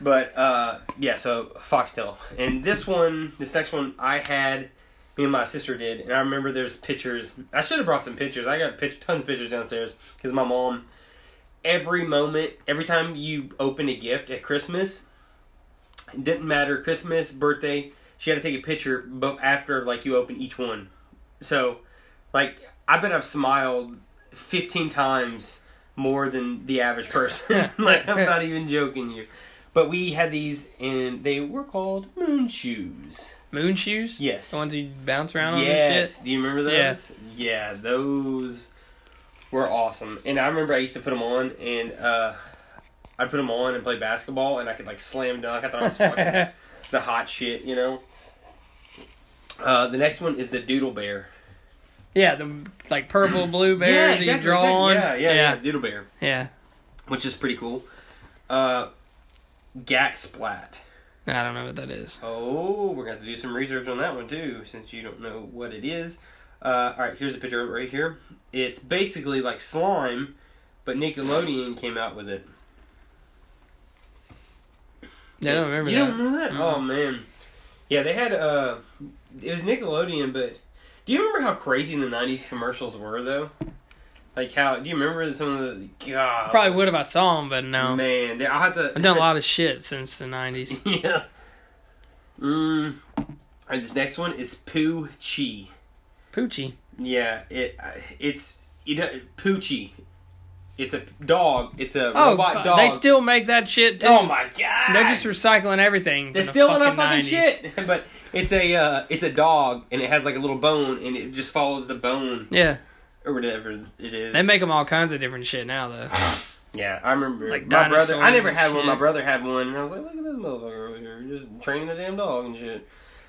But uh, yeah, so Foxtail, and this one, this next one, I had me and my sister did, and I remember there's pictures. I should have brought some pictures. I got pic- tons of pictures downstairs because my mom, every moment, every time you open a gift at Christmas, it didn't matter Christmas, birthday, she had to take a picture, but after like you open each one, so like I bet I've smiled fifteen times more than the average person. [LAUGHS] like I'm not even joking you. But we had these, and they were called moon shoes.
Moon shoes.
Yes.
The ones you bounce around on and
yes.
shit.
Do you remember those?
Yeah.
Yeah, those were awesome. And I remember I used to put them on, and uh, I'd put them on and play basketball, and I could like slam dunk. I thought I was fucking the hot shit, you know. Uh, the next one is the Doodle Bear.
[LAUGHS] Yeah, the like purple blue bears
yeah,
that you draw on.
Yeah, yeah, yeah,
yeah,
Doodle Bear,
yeah.
which is pretty cool. Uh, Gak Splat.
I don't know what that is.
Oh, we're gonna have to do some research on that one too, since you don't know what it is. Uh, all right, here's a picture of it right here. It's basically like slime, but Nickelodeon came out with it.
Yeah, I don't remember
you
that. Mm-hmm.
Oh, don't remember that?
Mm.
Oh man, yeah, they had uh, it was Nickelodeon, but Do you remember how crazy the '90s commercials were, though? Like how? Do you remember some of the? God,
Probably would if I saw them, but no.
Man, they- I'll have to.
I've done a lot of shit since the '90s.
[LAUGHS] yeah. Mm. All right, this next one is Poo Chi.
Poochie.
Yeah, it uh, it's it, Poochie. It's a dog. It's a
Oh,
robot
fu-
dog.
they still make that shit too.
Oh my god!
They're just recycling everything.
They're
from the
still in our fucking
90s.
shit. [LAUGHS] But it's a uh, it's a dog, and it has like a little bone, and it just follows the bone
Yeah,
or whatever it is.
they make them all kinds of different shit now though.
Ah. yeah, I remember.
Like
my brother, I
dinosaurs
never
and
had one. My
shit.
brother had one, and I was like, look at this motherfucker over here, just training the damn dog and shit.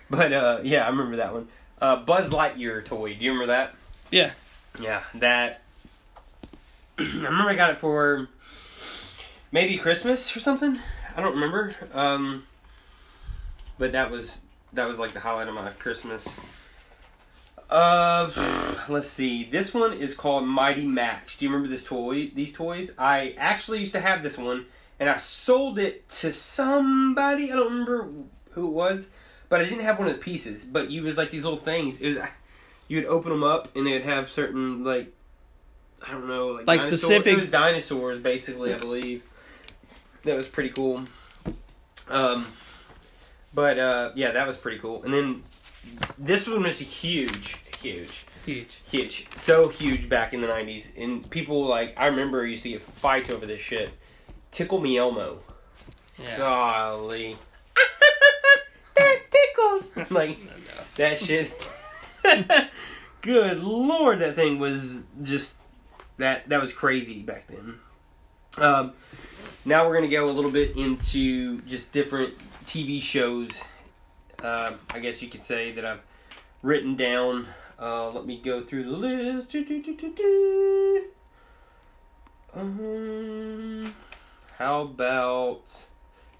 But uh, yeah, I remember that one. Uh, Buzz Lightyear toy. Do you remember that?
Yeah.
Yeah, that. [CLEARS THROAT] I remember I got it for maybe Christmas or something. I don't remember. Um, but that was that was like the highlight of my Christmas. Uh, let's see. This one is called Mighty Max. Do you remember this toy? These toys. I actually used to have this one, and I sold it to somebody. I don't remember who it was, but I didn't have one of the pieces. But you was like these little things. It was you would open them up and they'd have certain like I don't know like,
Like
dinosaur-
specific-
It was dinosaurs basically, I believe. That was pretty cool. Um, but uh, yeah, that was pretty cool. And then this one was huge, huge,
Huge.
huge, so huge back in the '90s. And people like I remember used to get fights over this shit. Tickle me Elmo.
Yeah.
Golly. [LAUGHS] that tickles. Like that shit. [LAUGHS] Good lord, that thing was just that that was crazy back then. Um, now we're gonna go a little bit into just different TV shows. Uh, I guess you could say that I've written down. Uh, let me go through the list. Do, do, do, do, do. Um, how about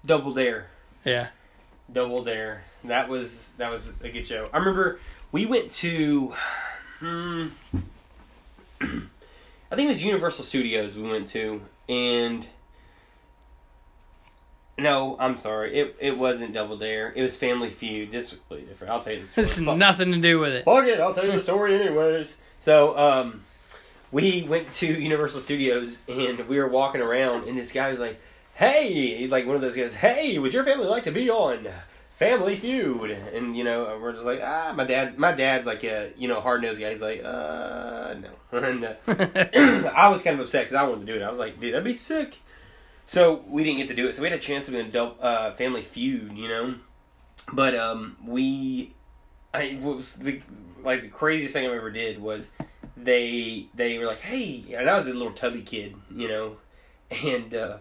Double Dare?
Yeah. [LAUGHS]
Double Dare. That was that was a good show. I remember we went to, hmm, [CLEARS THROAT] I think it was Universal Studios we went to, and no, I'm sorry, it it wasn't Double Dare. It was Family Feud. This was completely different. I'll tell you this.
This has
story. Fuck-
nothing to do with it.
Fuck it, I'll tell you the story anyways. So, um, we went to Universal Studios and we were walking around, and this guy was like, "Hey," he's like one of those guys. Hey, would your family like to be on Family Feud? And you know, we're just like, ah, my dad's my dad's like a you know hard nosed guy. He's like, uh, no. [LAUGHS] And uh, [COUGHS]
[LAUGHS]
I was kind of upset because I wanted to do it. I was like, dude, that'd be sick. So we didn't get to do it. So we had a chance to be in adult, uh, Family Feud, you know. But um, we, I what was the like the craziest thing I ever did was they they were like, hey, and I was a little tubby kid, you know, and uh,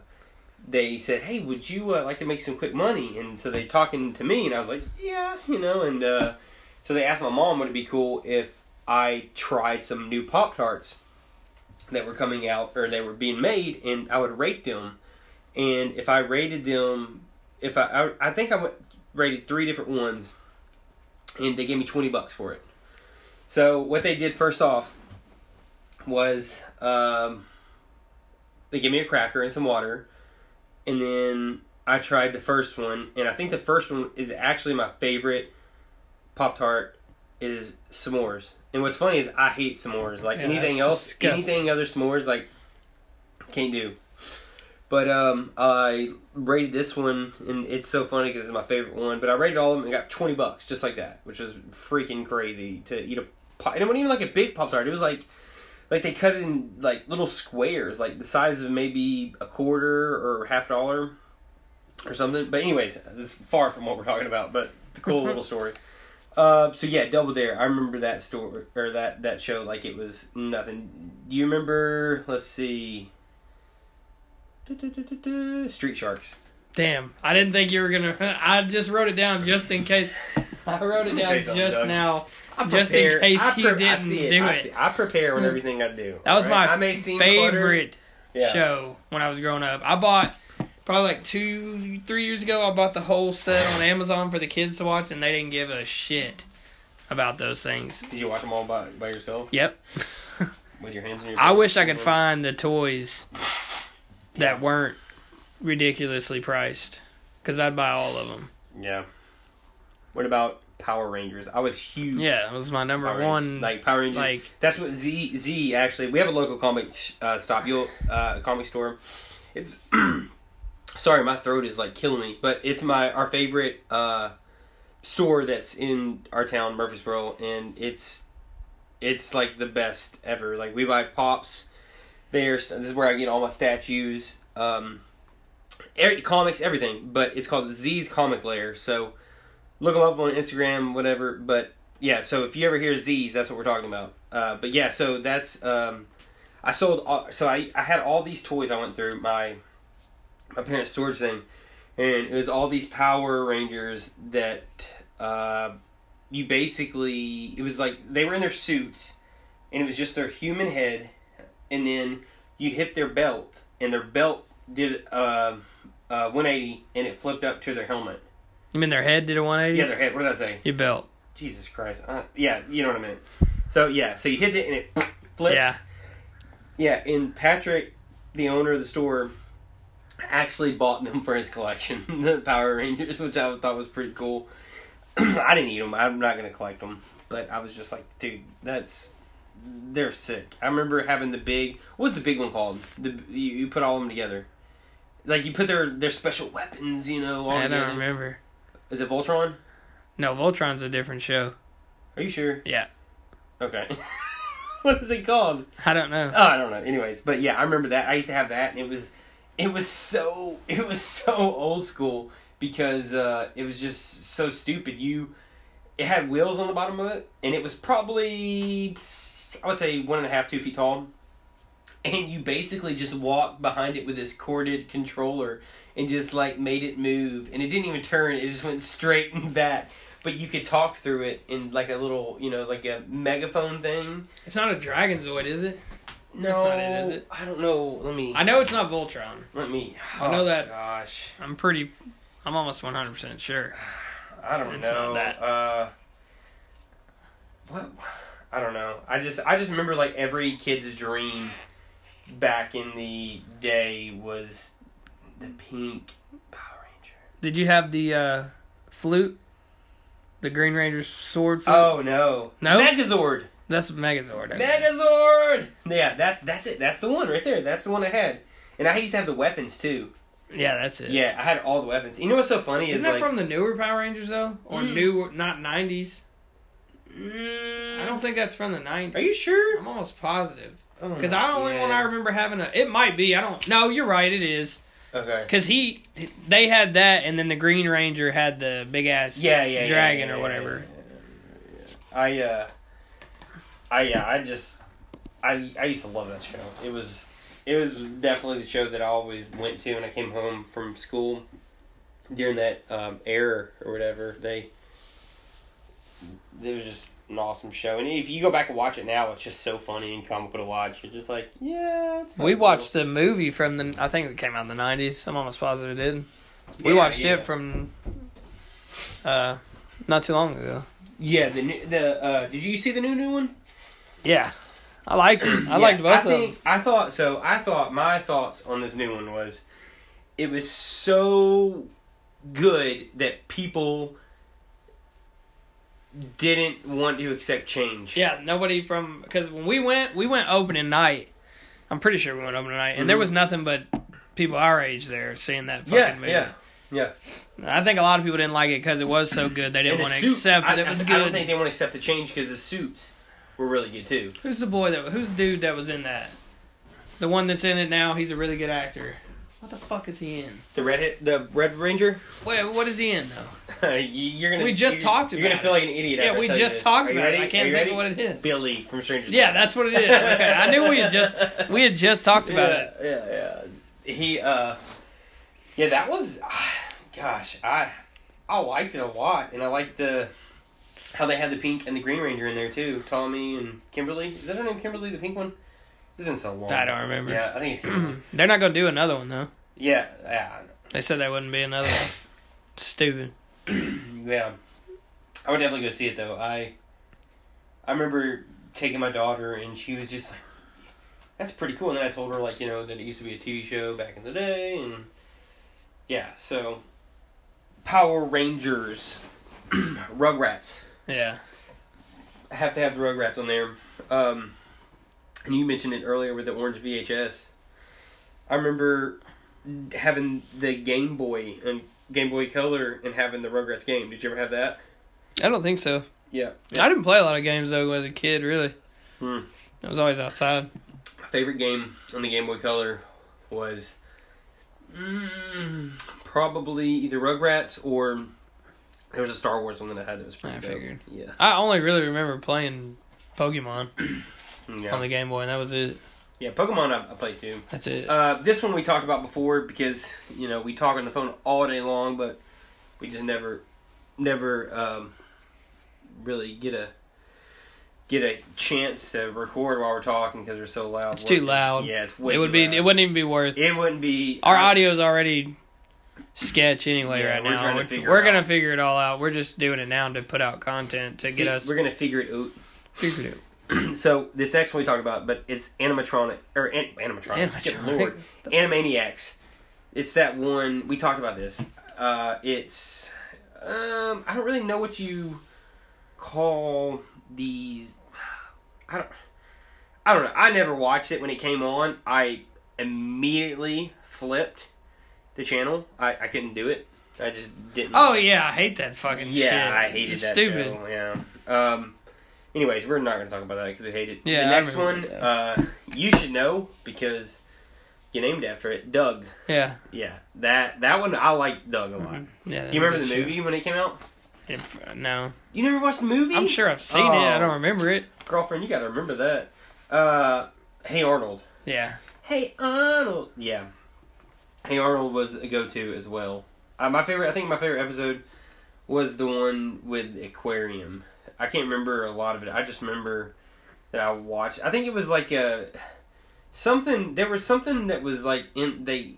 they said, hey, would you uh, like to make some quick money? And so they talking to me, and I was like, yeah, you know, and uh, so they asked my mom, would it be cool if I tried some new Pop Tarts that were coming out or they were being made, and I would rate them, and if I rated them, if I I, I think I went, rated three different ones, and they gave me twenty bucks for it. So what they did first off was um, they gave me a cracker and some water, and then I tried the first one, and I think the first one is actually my favorite Pop Tart is s'mores. And what's funny is I hate s'mores. Like
Yeah,
anything
that's
else,
disgusting.
anything other s'mores, like can't do. But um, I rated this one, and it's so funny because it's my favorite one. But I rated all of them and got twenty bucks just like that, which was freaking crazy to eat a. Pop- and it wasn't even like a big pop tart. It was like, like they cut it in like little squares, like the size of maybe a quarter or half dollar, or something. But anyways, this is far from what we're talking about. But the cool [LAUGHS] little story. Uh, so yeah, Double Dare. I remember that story or that that show like it was nothing. Do you remember? Let's see. Du-du-du-du-du, Street Sharks.
Damn. I didn't think you were gonna. [LAUGHS] I just wrote it down just in case. I wrote it
In
down
case I'm
just
done.
now.
I
Just in
prepare-
case
I
he
pre- I
didn't
see
do
I
it. Hmm.
see- I prepare on everything I do.
That was
alright?
my
I may seem cluttered.
favorite
Yeah.
show when I was growing up. I bought probably like two, three years ago. I bought the whole set on Amazon for the kids to watch, and they didn't give a shit about those things.
Did you watch them all by, by yourself
Yep.
with your hands in your?
I
pockets?
wish I could find the toys that weren't ridiculously priced, because I'd buy all of them.
Yeah. What about Power Rangers. I was huge.
Yeah, it was my number
Power Rangers.
one.
like Power Rangers.
like-
that's what Z Z actually. We have a local comic sh- uh, stop. You'll uh, comic store. It's [CLEARS THROAT] sorry, my throat is like killing me, but it's my our favorite uh, store that's in our town, Murfreesboro, and it's it's like the best ever. Like we buy pops there. This is where I get all my statues. Um, every, comics, everything, but it's called Z's Comic Lair. So look them up on Instagram, whatever. But yeah, so if you ever hear Z's, that's what we're talking about. Uh, but yeah, so that's um, I sold all, so I I had all these toys I went through my my parents' storage thing, and it was all these Power Rangers that uh, you basically it was like they were in their suits, and it was just their human head, and then you hit their belt, and their belt did uh, uh, 180, and it flipped up to their helmet.
You mean their head did a 180?
Yeah, their head. What did I say?
Your belt.
Jesus Christ. Uh, yeah, you know what I meant. So, yeah, so you hit it and it flips.
Yeah.
Yeah, and Patrick, the owner of the store, actually bought them for his collection, [LAUGHS] the Power Rangers, which I thought was pretty cool. [CLEARS THROAT] I didn't eat them. I'm not going to collect them. But I was just like, dude, that's. They're sick. I remember having the big. What was the big one called? The you, you put all of them together, like you put their their special weapons. You know, all
I
together.
don't remember.
Is it Voltron?
No, Voltron's a different show.
Are you sure?
Yeah.
Okay. [LAUGHS] what is it called?
I don't know.
Oh, I don't know. Anyways, but yeah, I remember that. I used to have that, and it was, it was so, [LAUGHS] it was so old school because uh, it was just so stupid. You, it had wheels on the bottom of it, and it was probably, I would say one and a half, two feet tall, and you basically just walked behind it with this corded controller and just like made it move, and it didn't even turn. It just went straight [LAUGHS] and back. But you could talk through it in like a little, you know, like a megaphone thing.
It's not a Dragonzoid, is it?
No,
That's not it, is it?
I don't know. Let me.
I know it's not Voltron.
let me.
I know
oh,
that-
Gosh,
I'm pretty. I'm almost 100% sure.
I don't
It's
know.
not that.
Uh, what? I don't know. I just I just remember like every kid's dream back in the day was the pink Power Ranger.
Did you have the uh, flute? The Green Ranger's sword flute?
Oh no,
No?
Megazord,
That's Megazord. okay.
Megazord. Yeah, that's that's it. That's the one right there. That's the one I had. And I used to have the weapons too.
yeah, that's it.
Yeah, I had all the weapons. You know what's so funny
Isn't
is
that
like
from the newer Power Rangers, though? Or
Mm.
new, not 90s?
Mm,
I don't think that's from the 90s.
Are you sure?
I'm almost positive.
Oh,
Because I only
yeah.
one I remember having a. It might be. I don't. No, you're right. It is.
Okay.
Because he. They had that, and then the Green Ranger had the big ass
Yeah, yeah. yeah,
dragon
yeah,
or
yeah,
whatever.
yeah, yeah, yeah. I uh, I yeah, I just, I I used to love that show. It was it was definitely the show that I always went to when I came home from school during that um, era or whatever. They it was just an awesome show, and if you go back and watch it now, it's just so funny and comical to watch. You're just like, yeah. it's
We
cool.
watched the movie from the. I think it came out in the 90s. I'm almost positive it did. We
Yeah,
watched
yeah.
it from. Uh, not too long ago.
yeah the new- the uh, did you see the new new one?
Yeah. I liked it. I
Yeah,
liked both
I
of them.
think- I thought so. I thought my thoughts on this new one was it was so good that people didn't want to accept change.
Yeah, nobody from because when we went, we went opening night. I'm pretty sure we went opening night, and there
Mhm.
was nothing but people our age there seeing that fucking
yeah,
movie.
yeah.
I think a lot of people didn't like it because it was so good. They didn't
And the
want to
suits,
accept
I,
that it was
I-
good.
I don't think they want to accept the change because the suits were really good too.
who's the boy that? Who's the dude that was in that? The one that's in it now. He's a really good actor. What the fuck is he in?
The red hit, the Red Ranger. [LAUGHS]
Wait, what is he in though?
You- you're gonna.
We just
you're-
talked
You're
about
gonna feel
it.
like an idiot.
Yeah,
after I
we
tell you
just
this.
talked
Are you
about it.
ready?
I can't
Are you
think of
ready?
what it is.
Billy from Stranger.
Yeah,
Things.
that's what
[LAUGHS]
it is. Okay, I knew we had just we had just talked about
yeah,
it.
Yeah, yeah. He, uh, yeah, that was, [SIGHS] gosh, I, I liked it a lot, and I liked the how they had the pink and the Green Ranger in there too. Tommy and Kimberly. Is that her name, Kimberly, the pink one? It's been so long.
I don't remember.
Yeah, I think it's Kimberly.
[CLEARS THROAT] They're not gonna do another one though.
yeah, yeah,
They said that wouldn't be
[LAUGHS]
another one. Stupid.
[CLEARS THROAT] yeah. I would definitely go see it though. I, I remember taking my daughter, and she was just like. That's pretty cool. And then I told her, like, you know, that it used to be a TV show back in the day, and yeah, so Power Rangers. [CLEARS THROAT] Rugrats.
Yeah.
I have to have the Rugrats on there. Um, and you mentioned it earlier with the orange VHS. I remember having the Game Boy and Game Boy Color and having the Rugrats game. Did you ever have that?
I don't think so.
Yeah.
I didn't play a lot of games though as a kid, really.
Hmm.
I was always outside.
My favorite game on the Game Boy Color was mm, probably either Rugrats or there was a Star Wars one that I had that was pretty
I
dope.
figured.
Yeah.
I only really remember playing Pokemon
Yeah.
on the Game Boy, and that was it.
yeah, Pokemon I, I played too.
That's it.
Uh, this one we talked about before because you know we talk on the phone all day long, but we just never, never um, really get a get a chance to record while we're talking because we're so loud.
It's too loud.
Yeah, it's way
it would
too
be.
loud.
It wouldn't even be worth.
It wouldn't be
Our
I-
audio is already sketch anyway
Yeah,
right
we're
now.
trying to
We're-
figure
we're
it
gonna
out.
figure it all out. We're just doing it now to put out content to get us
We're gonna figure it out. [CLEARS THROAT]
figured it.
so this next one we talked about, but it's animatronic or an, animatronic. Good
Animatronic.
Lord, Animaniacs. It's that one we talked about this. Uh, it's um, I don't really know what you call these. I don't. I don't know. I never watched it when it came on. I immediately flipped the channel. I, I couldn't do it. I just didn't.
Oh yeah, I hate that fucking
Yeah,
shit.
I hated
it's
that.
Stupid.
show, Yeah. Um. Anyways, we're not gonna talk about that because we hate it.
Yeah,
The
I
next
remember
one,
that.
uh, you should know because you named after it, Doug.
Yeah.
Yeah. That that one I like Doug a
Mm-hmm.
lot.
Yeah.
You remember the movie when it came out?
movie? No,
You never watched the movie?
I'm sure I've seen it. I
Oh.
don't remember it.
Girlfriend, you gotta remember that. Uh, Hey Arnold.
Yeah.
Hey Arnold. Yeah. Hey Arnold was a go-to as well. Uh, my favorite, I think my favorite episode was the one with the aquarium. I can't remember a lot of it. I just remember that I watched. I think it was like a something. There was something that was like in they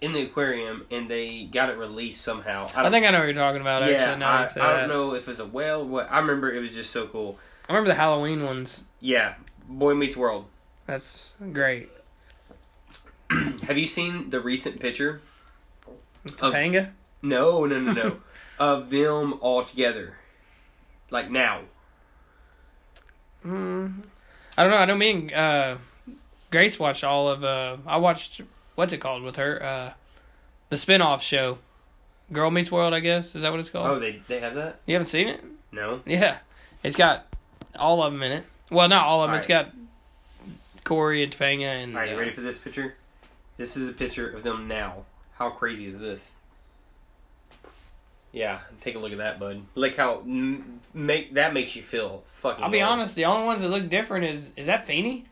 in the aquarium, and they got it released somehow.
I,
don't-
think I know what you're talking about. Actually,
yeah,
now that
I,
you say
I
that.
don't know if it's a whale. or What I remember, it was just so cool.
I remember the Halloween ones.
Yeah, Boy Meets World.
That's great.
Have you seen the recent picture? Of-
Topanga.
No, no, no, [LAUGHS] no. of them all together. Like now.
Mm, I don't know. I don't mean. Uh, Grace watched all of. Uh, I watched what's it called with her. Uh, the spinoff show, Girl Meets World. I guess is that what it's called?
Oh, they they have that?
You haven't seen it?
No.
Yeah, it's got all of them in it. Well, not all of them. It's got Corey and Topanga and.
All right, you
uh,
ready for this picture? This is a picture of them now. How crazy is this? Yeah, take a look at that, bud. Like how m- make that makes you feel fucking.
I'll be
old.
honest. The only ones that look different is is that Feeney.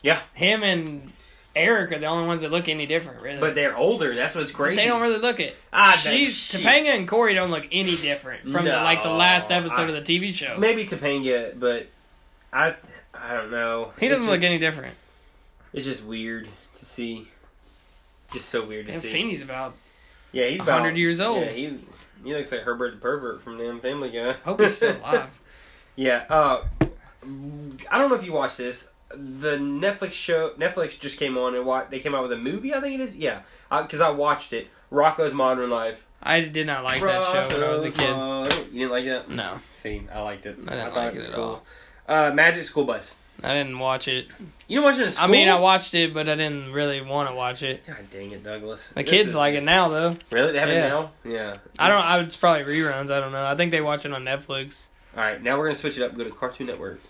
Yeah.
Him and Eric are the only ones that look any different, really.
but they're older. That's what's
But
crazy.
they don't really look it.
Ah, they-
She's
she-
Topanga and Corey don't look any different from the, like the
No,
last episode
I-
of the TV show.
Maybe Topanga, but I I don't know.
he
It's
doesn't look
just-
any different.
It's just weird to see. Just so weird to
And
see.
Feeney's about.
Yeah, he's about
100 years old.
Yeah, he he looks like Herbert the pervert from damn Family Guy.
Hope
[LAUGHS]
he's still alive.
yeah, uh, I don't know if you watched this. The Netflix show Netflix just came on and wa They came out with a movie, I think it is. Yeah, because I watched it. Rocco's Modern Life.
I did not like that show when I was a kid.
Rocco's Modern- You didn't like that?
No,
See, I liked it.
I didn't
thought
like it
was
at
cool.
all.
Uh, Magic School Bus.
I didn't watch it.
You know watching a school?
I mean, I watched it, but I didn't really want to watch it.
God dang it, Douglas.
The
This
kids
is
like it
just-
now, though.
Really, they have
Yeah.
it now? Yeah.
I don't. I, it's probably reruns. I don't know. I think they watch it on Netflix.
All right, now we're gonna switch it up. and Go to Cartoon Network.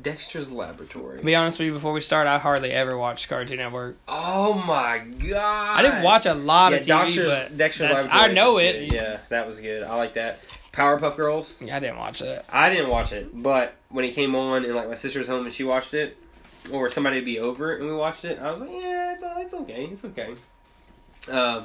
Dexter's Laboratory.
To be honest with you, before we start, I hardly ever watched Cartoon Network.
Oh my god!
I didn't watch a lot of TV,
Dexter's-
but
Dexter's
that's-
Laboratory
I know
was
it.
good. Yeah, that was good. I like that. Powerpuff Girls.
I didn't watch that.
I didn't watch it, but when it came on and like my sister was home and she watched it, or somebody would be over and we watched it, I was like, yeah, it's, uh, it's okay, it's okay. Um,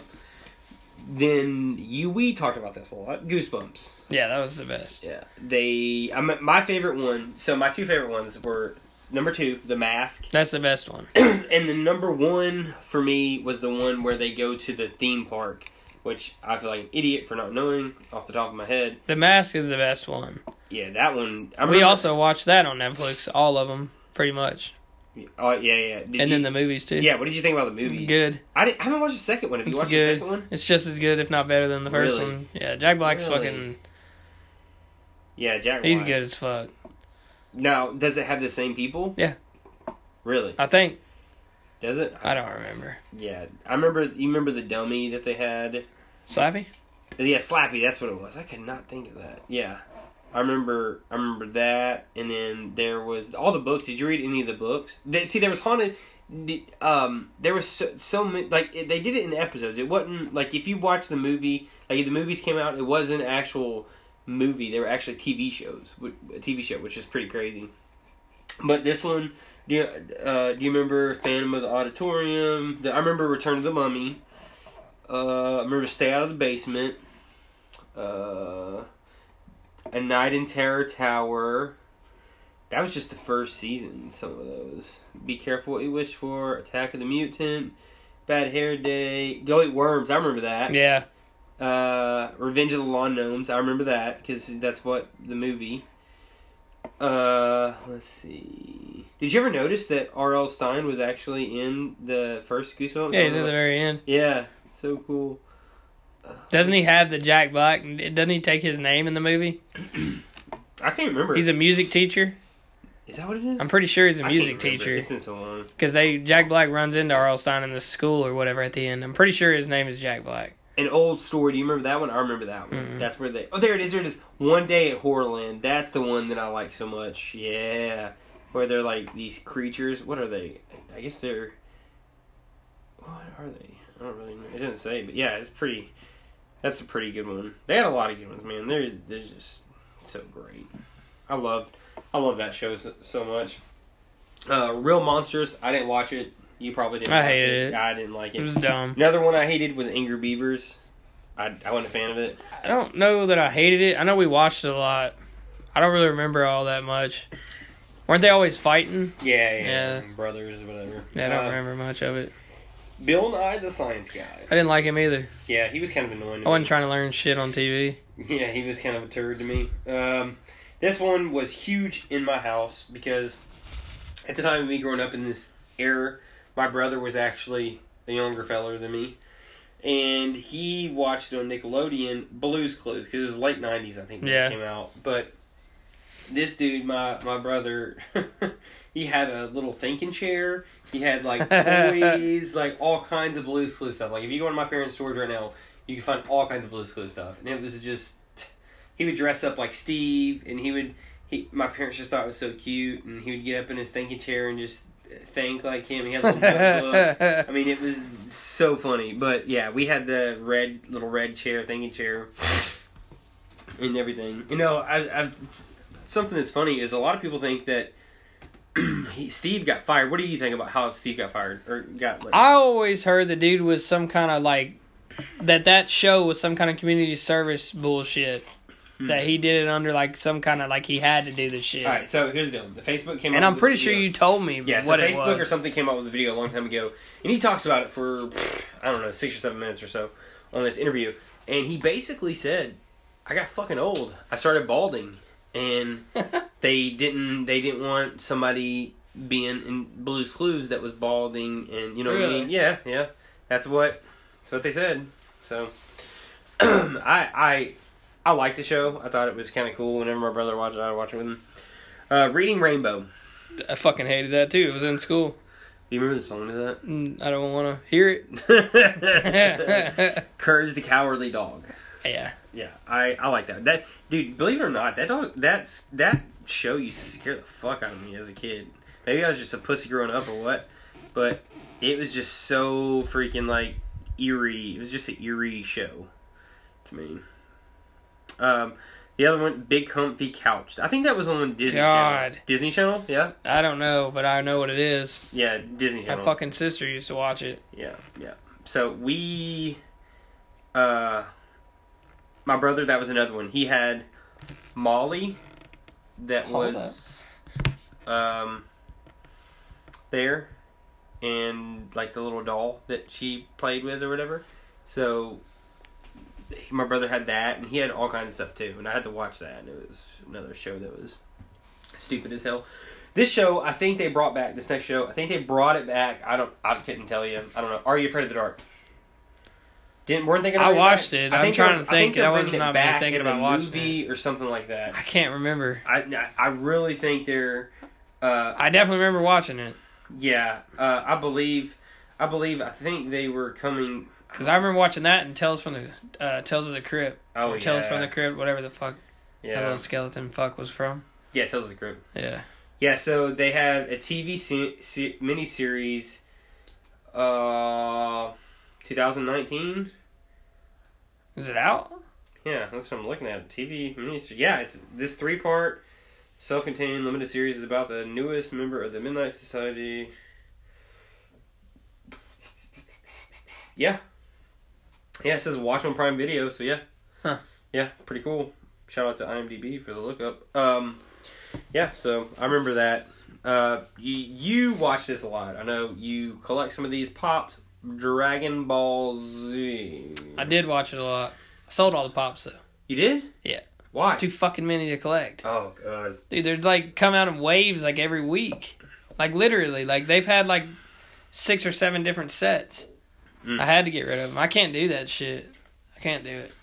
then you we talked about this a lot. Goosebumps.
Yeah, that was the best.
Yeah, they. I mean, my favorite one. So my two favorite ones were number two, The Mask.
That's the best one.
[CLEARS THROAT] and the number one for me was the one where they go to the theme park, which I feel like an idiot for not knowing off the top of my head.
The Mask is the best one.
Yeah, that one. I
We
remember-
also watched that on Netflix, all of them, pretty much,
Oh yeah, yeah. Did
and
you-
then the movies too.
yeah. What did you think about the movie?
good.
I didn't. I haven't watched the second one. Have you
It's
watched
good.
the second one?
It's just as good, if not better, than the first
Really?
one. Yeah, Jack Black's
Really?
fucking.
Yeah, Jack.
He's
White.
good as fuck.
Now, does it have the same people?
Yeah. Uh,
Really?
I think.
Does it?
I don't remember.
Yeah, I remember. You remember the dummy that they had?
Slappy?
Yeah, Slappy. That's what it was. I could not think of that. Yeah, I remember. I remember that. And then there was all the books. Did you read any of the books? They, see, there was haunted. the- Um, there was so, so many. Like it- they did it in episodes. It wasn't like if you watch the movie. Like if the movies came out, it wasn't an actual movie. They were actually TV shows. wh- A TV show, which is pretty crazy. But this one, do you, uh, do you remember Phantom of the Auditorium? The, I remember Return of the Mummy. Uh, I remember Stay Out of the Basement. Uh, A Night in Terror Tower. That was just the first season, some of those. Be Careful What You Wish For, Attack of the Mutant, Bad Hair Day, Go Eat Worms, I remember that.
Yeah.
Uh, Revenge of the Lawn Gnomes, I remember that, because that's what the movie. Uh, let's see. Did you ever notice that R.L. Stein was actually in the first Goosebumps?
Yeah, he's at the very end.
Yeah, so cool.
Doesn't he have the Jack Black? Doesn't he take his name in the movie?
I can't remember.
He's a music teacher.
is that what it is?
I'm pretty sure he's a
I can't
music
remember.
teacher
It's been so long.
because they Jack Black runs into Arl Stein in the school or whatever at the end. I'm pretty sure his name is Jack Black.
An old story. Do you remember that one? I remember that one.
Mm-hmm.
That's where they. Oh, there it is. There it is. One day at Horrorland. That's the one that I like so much. Yeah, where they're like these creatures. What are they? I guess they're. What are they? I don't really know. It doesn't say, but yeah, it's pretty. That's a pretty good one. They had a lot of good ones, man. They're they're just so great. I loved I love that show so, so much. Uh, Real Monsters. I didn't watch it. You probably didn't.
I
watch
hated it.
I didn't like it.
It was dumb.
Another one I hated was Angry Beavers. I, I wasn't a fan of it.
I don't know that I hated it. I know we watched it a lot. I don't really remember all that much. Weren't they always fighting?
Yeah,
yeah.
Brothers or whatever.
Yeah, I don't
Uh,
remember much of it.
Bill Nye the Science Guy.
I didn't like him either.
Yeah, he was kind of annoying. to
I wasn't
me.
trying to learn shit
[LAUGHS]
on TV.
Yeah, he was kind of a turd to me. Um, this one was huge in my house because at the time of me growing up in this era, my brother was actually a younger feller than me. And he watched it on Nickelodeon, Blues Clues, because it was late 90s, I think, when
Yeah.
it came out. But this dude, my, my brother, [LAUGHS] he had a little thinking chair. He had, like, toys, like, all kinds of Blues Clues stuff. Like, if you go to my parents' stores right now, you can find all kinds of Blues Clues stuff. And it was just, he would dress up like Steve, and he would. He, my parents just thought it was so cute, and he would get up in his thinking chair and just think like him. He had a little
[LAUGHS]
notebook. I mean, it was so funny. But yeah, we had the red little red chair, thinking chair, and everything. You know, I, I've it's- something that's funny is a lot of people think that [CLEARS THROAT] he, Steve got fired. What do you think about how Steve got fired or got? Like,
I always heard the dude was some kind of like that that show was some kind of community service bullshit. That he did it under like some kind of like he had to do the shit.
Hmm. all right, so here's the deal. The Facebook came,
And
out
I'm
with
pretty
the
sure
video.
you told me
Yeah, so
what it
Facebook
was.
or something came out with a video a long time ago, and he talks about it for I don't know six or seven minutes or so on this interview, and he basically said, "I got fucking old. I started balding,
[LAUGHS]
and they didn't they didn't want somebody being in Blue's Clues that was balding, and you know what I mean?
Really?
Yeah, yeah, that's what that's what they said. So [CLEARS THROAT] I I I liked the show. I thought it was kind of cool. Whenever my brother watched it, I'd watch it with him. Uh, Reading Rainbow.
I fucking hated that too. It was in school.
Do you remember the song to that?
Mm, I don't want to hear it. [LAUGHS]
[LAUGHS]
yeah,
Courage the Cowardly Dog. Yeah, I, I like that. That dude, believe it or not, that dog that's that show used to scare the fuck out of me as a kid. Maybe I was just a pussy growing up or what, but it was just so freaking like eerie. It was just an eerie show to me. Um, the other one, Big Comfy Couch. I think that was on Disney
God.
Channel. Disney Channel, yeah,
I don't know, but I know what it is.
yeah, Disney
My
Channel.
fucking sister used to watch it.
Yeah, yeah. So we, uh, my brother, that was another one. He had Molly, that
Hold
was, um, there, and like the little doll that she played with or whatever. So he- my brother had that, and he had all kinds of stuff too. And I had to watch that, and it was another show that was stupid as hell. This show, I think they brought back this next show. I think they brought it back. I don't. I couldn't tell you. I don't know. Are you afraid of the dark? Didn't weren't they going
I watched it. I'm trying to think. I wasn't not really thinking about watching
movie or something like that.
I can't remember.
I I really think they're. Uh,
I definitely remember watching it
yeah, uh, I believe. I believe. I think they were coming.
because I remember watching that and Tales from the uh, Tales of the Crypt.
Oh
or
yeah.
Tales from the Crypt, whatever the fuck that
yeah.
little skeleton fuck was from.
Yeah, Tales of the Crypt.
Yeah,
Yeah, so they had a TV se- se- miniseries, uh, 2019.
is it out?
Yeah, that's what I'm looking at. TV miniseries. Yeah, it's this three part, self contained limited series is about the newest member of the Midnight Society. Yeah. Yeah, it says watch on Prime Video, so yeah.
Huh.
Yeah, pretty cool. Shout out to IMDb for the lookup. Um, yeah, so I remember that. Uh, you, you watch this a lot. I know you collect some of these pops. Dragon Ball Z.
I did watch it a lot. I sold all the pops though.
You did?
Yeah.
Why?
It's too fucking many to collect,
Oh god.
dude. They're like come out in waves like every week, like literally. Like they've had like six or seven different sets.
Mm.
I had to get rid of them. I can't do that shit. I can't do it.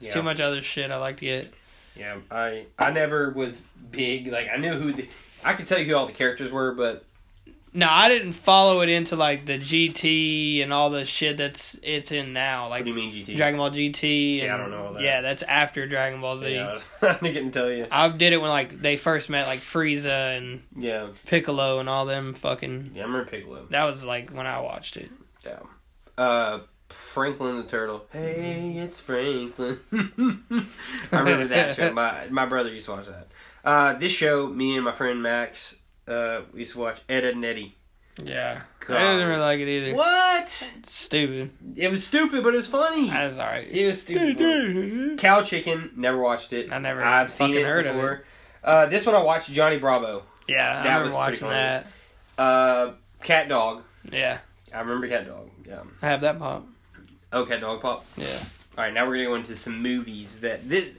It's too much other shit I like to get.
Yeah, I I never was big. Like I knew who the, I could tell you who all the characters were, but
No, I didn't follow it into like the GT and all the shit that's it's in now,
what
like
do you mean GT?
Dragon Ball GT.
See, I
and,
don't know all that.
Yeah, that's after Dragon Ball Z.
Yeah, [LAUGHS] I didn't tell you.
I did it when like they first met like Frieza and
Yeah,
Piccolo and all them fucking.
yeah, I remember Piccolo.
That was like when I watched it.
Yeah, uh, Franklin the Turtle. Hey, it's Franklin. [LAUGHS] I remember that show. My my brother used to watch that. Uh, this show, me and my friend Max, uh, we used to watch Ed and Eddie.
Yeah,
God.
I didn't really like it either.
What?
It's Stupid.
It was stupid, but it was funny.
That was alright.
It was stupid. Cow Chicken, never watched it.
I never
I've seen
fucking
it
heard of
before. Uh, this one I watched Johnny Bravo.
Yeah, I
That
remember
was pretty
watching
funny.
that.
Uh, Cat Dog.
Yeah,
I remember Cat Dog. Yeah.
I have that pop.
Oh, Cat Dog Pop.
Yeah,
All right, now we're gonna go into some movies that this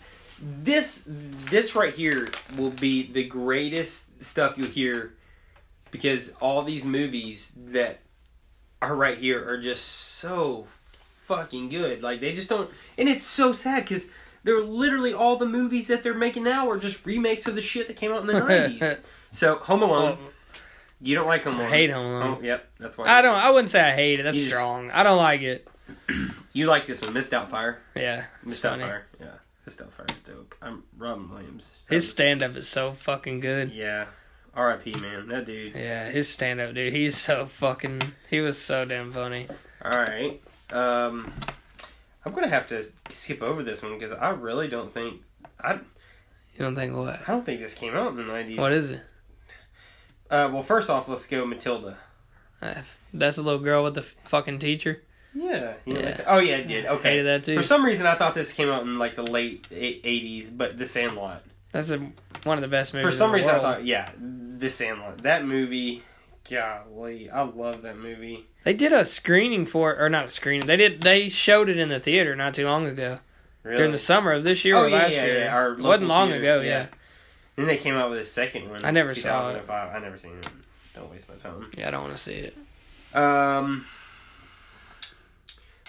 this this right here will be the greatest stuff you'll hear because all these movies that are right here are just so fucking good. Like they just don't, and it's so sad because they're literally all the movies that they're making now are just remakes of the shit that came out in
[LAUGHS]
the nineties. so Home Alone, you don't like Home
I
Alone?
hate Home Alone.
Oh, yep, that's why
I don't. I wouldn't say I hate it. That's
You just-
strong. I don't like it.
You like this one, Miss Doubtfire.
Yeah, it's
Miss
funny.
Doubtfire, yeah. Miss Doubtfire's dope. I'm Robin Williams.
His stand up is so fucking good.
Yeah. R.I.P. man. That dude.
Yeah, his stand up, dude. He's so fucking. He was so damn funny.
Alright. Um I'm gonna have to skip over this one because I really don't think I
You don't think what?
I don't think this came out in the nineties.
What is it?
Uh well first off let's go Matilda.
Uh, That's a little girl with the f- fucking teacher.
Yeah. you know,
Yeah.
like- oh yeah, it did. Okay.
Hated that too.
For some reason I thought this came out in like the late eighties, but the Sandlot.
That's a, one of the best movies.
For some
in the
reason
world.
I thought yeah, the Sandlot. That movie golly, I love that movie.
they did a screening for it, or not a screening. They did. They showed it in the theater not too long ago
Really?
during the summer of this year
Oh,
or
yeah,
last
yeah,
year.
yeah, our
it
local
wasn't long
theater,
ago.
yeah.
Yeah.
Then they came out with a second one.
I
in
never saw it.
2005. I never seen it. Don't waste my time.
yeah, I don't want to see it.
Um,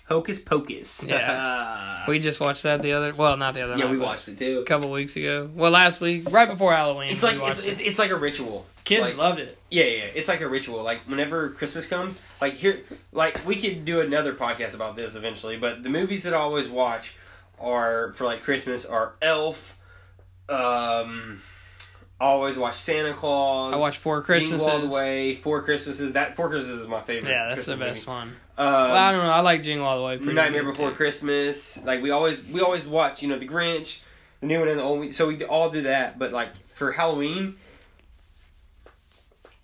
Hocus Pocus.
Yeah.
[LAUGHS]
We just watched that the other. Well, not the other.
yeah,
night,
we
but
watched it
a
too.
couple weeks ago. Well, last week, right before Halloween.
It's
we
like it's,
watched it.
it's, it's like a ritual.
kids
like-
loved it.
Yeah, yeah, yeah. it's like a ritual. Like whenever Christmas comes, like here, like we could do another podcast about this eventually. But the movies that I always watch are for like Christmas are Elf. Um, I always watch Santa Claus.
I watched Four
Jingle All the
Christmases.
Way, Four Christmases. That Four Christmases is my favorite.
Yeah, that's the
Christmas
best one.
movie. Um,
well, I don't know. I like Jingle All the Way. Pretty
Nightmare
good,
Before
too.
Christmas. Like we always we always watch, you know, the Grinch, the new one and the old one. So we all do that, but like for Halloween,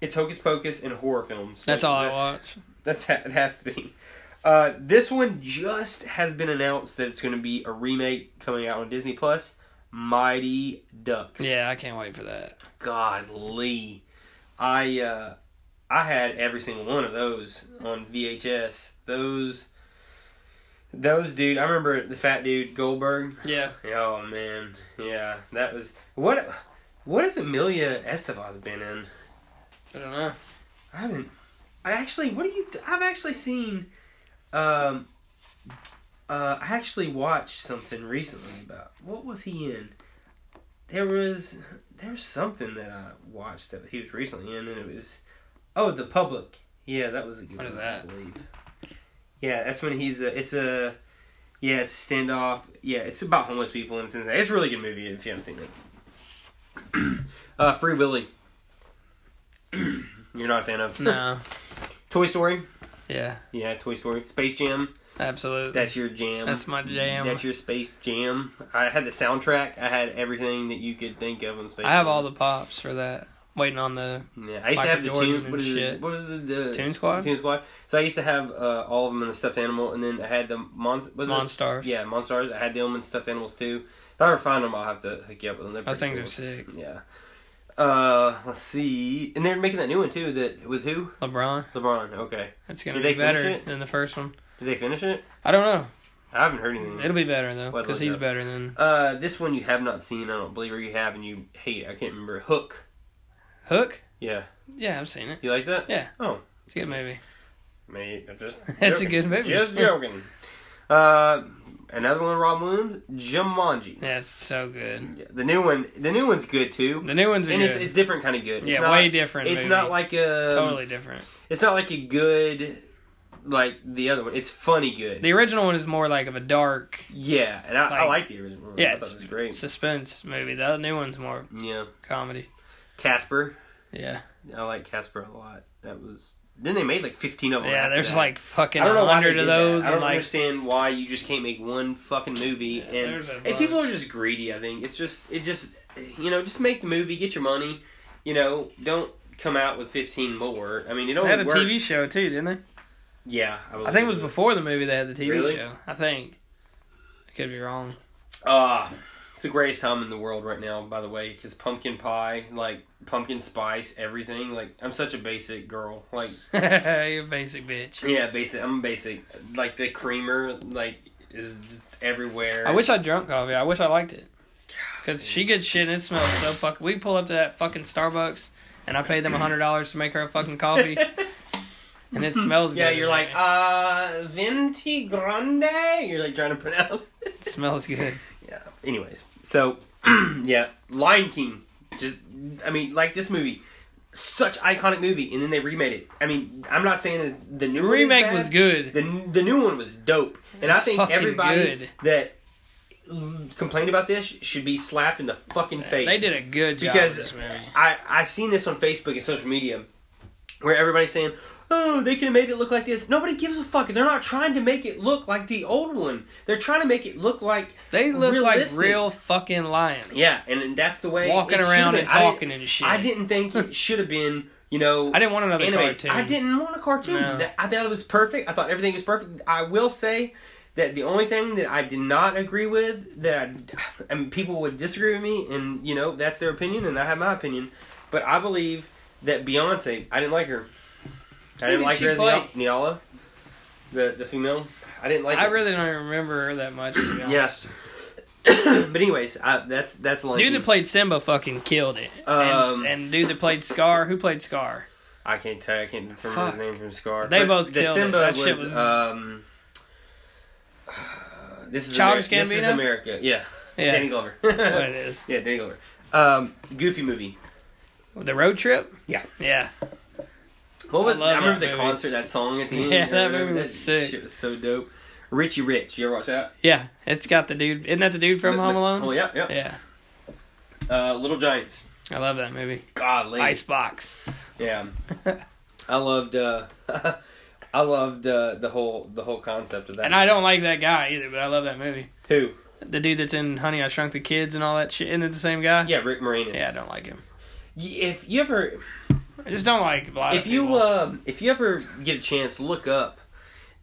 it's Hocus Pocus and horror films.
That's
Like,
all I
that's,
watch.
That's ha- it has to be. Uh, this one just has been announced that it's going to be a remake coming out on Disney Plus. Mighty Ducks.
Yeah, I can't wait for that.
Godly, I uh, I had every single one of those on VHS. Those, those dude. I remember the fat dude Goldberg.
Yeah.
Oh man, yeah, that was what. What has Amelia Estevez been in?
I don't know.
I haven't. I actually. What do you? I've actually seen. Um, Uh, I actually watched something recently about what was he in? There was there was something that I watched that he was recently in, and it was oh, the public. Yeah, that was a good.
What
one,
is
I
that?
believe. Yeah, that's when he's a. It's a. Yeah, it's a standoff. Yeah, it's about homeless people in Cincinnati. It's a really good movie if you haven't seen it. [CLEARS THROAT] uh, Free Willy. [CLEARS THROAT] You're not a fan of
No.
Toy Story.
Yeah.
Yeah, Toy Story. Space Jam.
Absolutely.
That's your jam.
That's my jam.
That's your Space Jam. I had the soundtrack. I had everything that you could think of on Space.
I have
Jam.
all the pops for that. Waiting on the
Yeah, I used
Michael
to have the
Jordan
tune.
and
What is
shit.
it? What was the, the
Toon Squad?
Toon Squad. So I used to have uh, all of them in a stuffed animal, and then I had the mon. Was
Monstars.
It? Yeah, monstars. I had the them in stuffed animals too. If I ever find them, I'll have to hook you up with them. They're
Those
pretty
things are sick.
cool. Yeah. Uh, let's see. And they're making that new one too. That with who?
LeBron.
LeBron. Okay.
It's
Did
gonna be
they finish
better
it?
than the first one.
Did they finish it?
I don't know.
I haven't heard anything.
It'll be better though,
Well,
because
look
he's
up.
better than
Uh, this one you have not seen, I don't believe, or you have and you hate. it. I can't remember. Hook.
Hook.
Yeah,
Yeah, I've seen it.
you like [LAUGHS] that?
Yeah.
Oh,
It's a good movie.
mate, I'm
[LAUGHS]
just.
It's a
joking.
good movie.
Just joking. uh, another one, Rob Williams, Jumanji.
Yeah, it's so good.
Yeah, the new one, the new one's good too,
The new ones are
and it's,
good.
it's different kind of good.
yeah,
it's not,
way different.
It's
movie.
not like um, a.
totally different.
It's not like a good, like the other one. It's funny good.
The original one is more like of a dark
yeah, and I like, I
Like-
like the original. one.
Yeah,
I thought
it's-
it was great.
suspense movie. The other new one's more
Yeah,
comedy.
Casper.
Yeah,
I like Casper a lot. That was. Then they made like fifteen of them.
yeah.
after
There's
that.
like fucking
I don't know why they
hundred
did
of those,
That. I don't
and like
understand why you just can't make one fucking movie.
Yeah,
and
there's a
and people are
bunch.
just greedy. I think it's just it just you know just make the movie, get your money. You know, don't come out with fifteen more. I mean, it
they
only
had a
works.
TV show too, didn't they?
Yeah,
I think it was before the movie they had the TV
Really?
show. I think. I could be wrong. [LAUGHS]
Ah, it's the greatest time in the world right now. By the way, because pumpkin pie, like pumpkin spice, everything. Like I'm such a basic girl. Like
You're a basic bitch.
yeah, basic. I'm basic. Like the creamer, like is just everywhere.
I wish I drunk coffee. I wish I liked it. Cause
dude.
she gets shit and it smells so fuck. We pull up to that fucking Starbucks and I paid them hundred dollars to make her a
[LAUGHS]
fucking coffee and it smells.
Yeah,
good.
you're like, uh, Venti Grande? You're like trying to pronounce.
[LAUGHS] it smells good.
Yeah. Anyways, so, [CLEARS THROAT] yeah, Lion King. Just, I mean, like this movie. Such iconic movie, and then they remade it. I mean, I'm not saying that the new
The remake
one is
was
bad.
good.
The, the new one was dope, and I
It's
think
fucking
everybody
good.
that complained about this should be slapped in the fucking face.
They did a good job
because uh,
with this movie.
I I seen this on Facebook and social media where everybody's saying, "Oh, they could have made it look like this." Nobody gives a fuck. They're not trying to make it look like the old one. They're trying to make it look like
They look
realistic.
like real fucking lions.
yeah, and, and that's the way
Walking
it should've
around
been.
and
I didn't-
talking and shit.
I didn't think
[LAUGHS]
it should have been. You know,
I didn't want another
anime.
cartoon.
I didn't want a cartoon.
No.
That- I thought it was perfect. I thought everything was perfect. I will say that the only thing that I did not agree with that I, I mean, people would disagree with me, and you know that's their opinion, and I have my opinion. But I believe that Beyonce, I didn't like her. I
Who
didn't
did
like
she
her as
play?
Ni- Niala, the the female. I didn't like.
I
her.
really don't even remember her that much. To be honest.
Yes. [COUGHS] but anyways, I, that's that's like
Dude that played Simba fucking killed it.
Um,
and, and dude that played Scar, who played Scar?
I can't tell. I can't remember
Fuck.
his name from Scar.
They
But
both
the
killed it.
Simba
That
was,
shit was-
Um, this is
Childish
Ameri- This is
Gambino?
America. Yeah. [LAUGHS]
Yeah.
Danny Glover.
That's what it is.
[LAUGHS] yeah, Danny Glover. Um, goofy movie.
The road trip?
Yeah.
Yeah.
What was? I,
love
remember
that
the
movie.
concert, that song at the end.
Yeah,
or
that
whatever.
movie was sick.
Shit was so dope. Richie Rich, you ever watch that?
Yeah. It's got the dude isn't that the dude from
The-
Home
the-
Alone?
Oh yeah, yeah.
Yeah.
Uh, Little Giants.
I love that movie.
Godly.
Icebox. [LAUGHS]
Yeah. I loved. uh [LAUGHS] I loved uh, the whole the whole concept of that.
And I don't like that guy either, but I love that movie.
who.
The dude that's in Honey I Shrunk the Kids and all that shit, isn't it the same guy?
Yeah, Rick Moranis.
Yeah, I don't like him.
Y- If you ever
I just don't like a lot of
if you
people.
um, if you ever get a chance, look up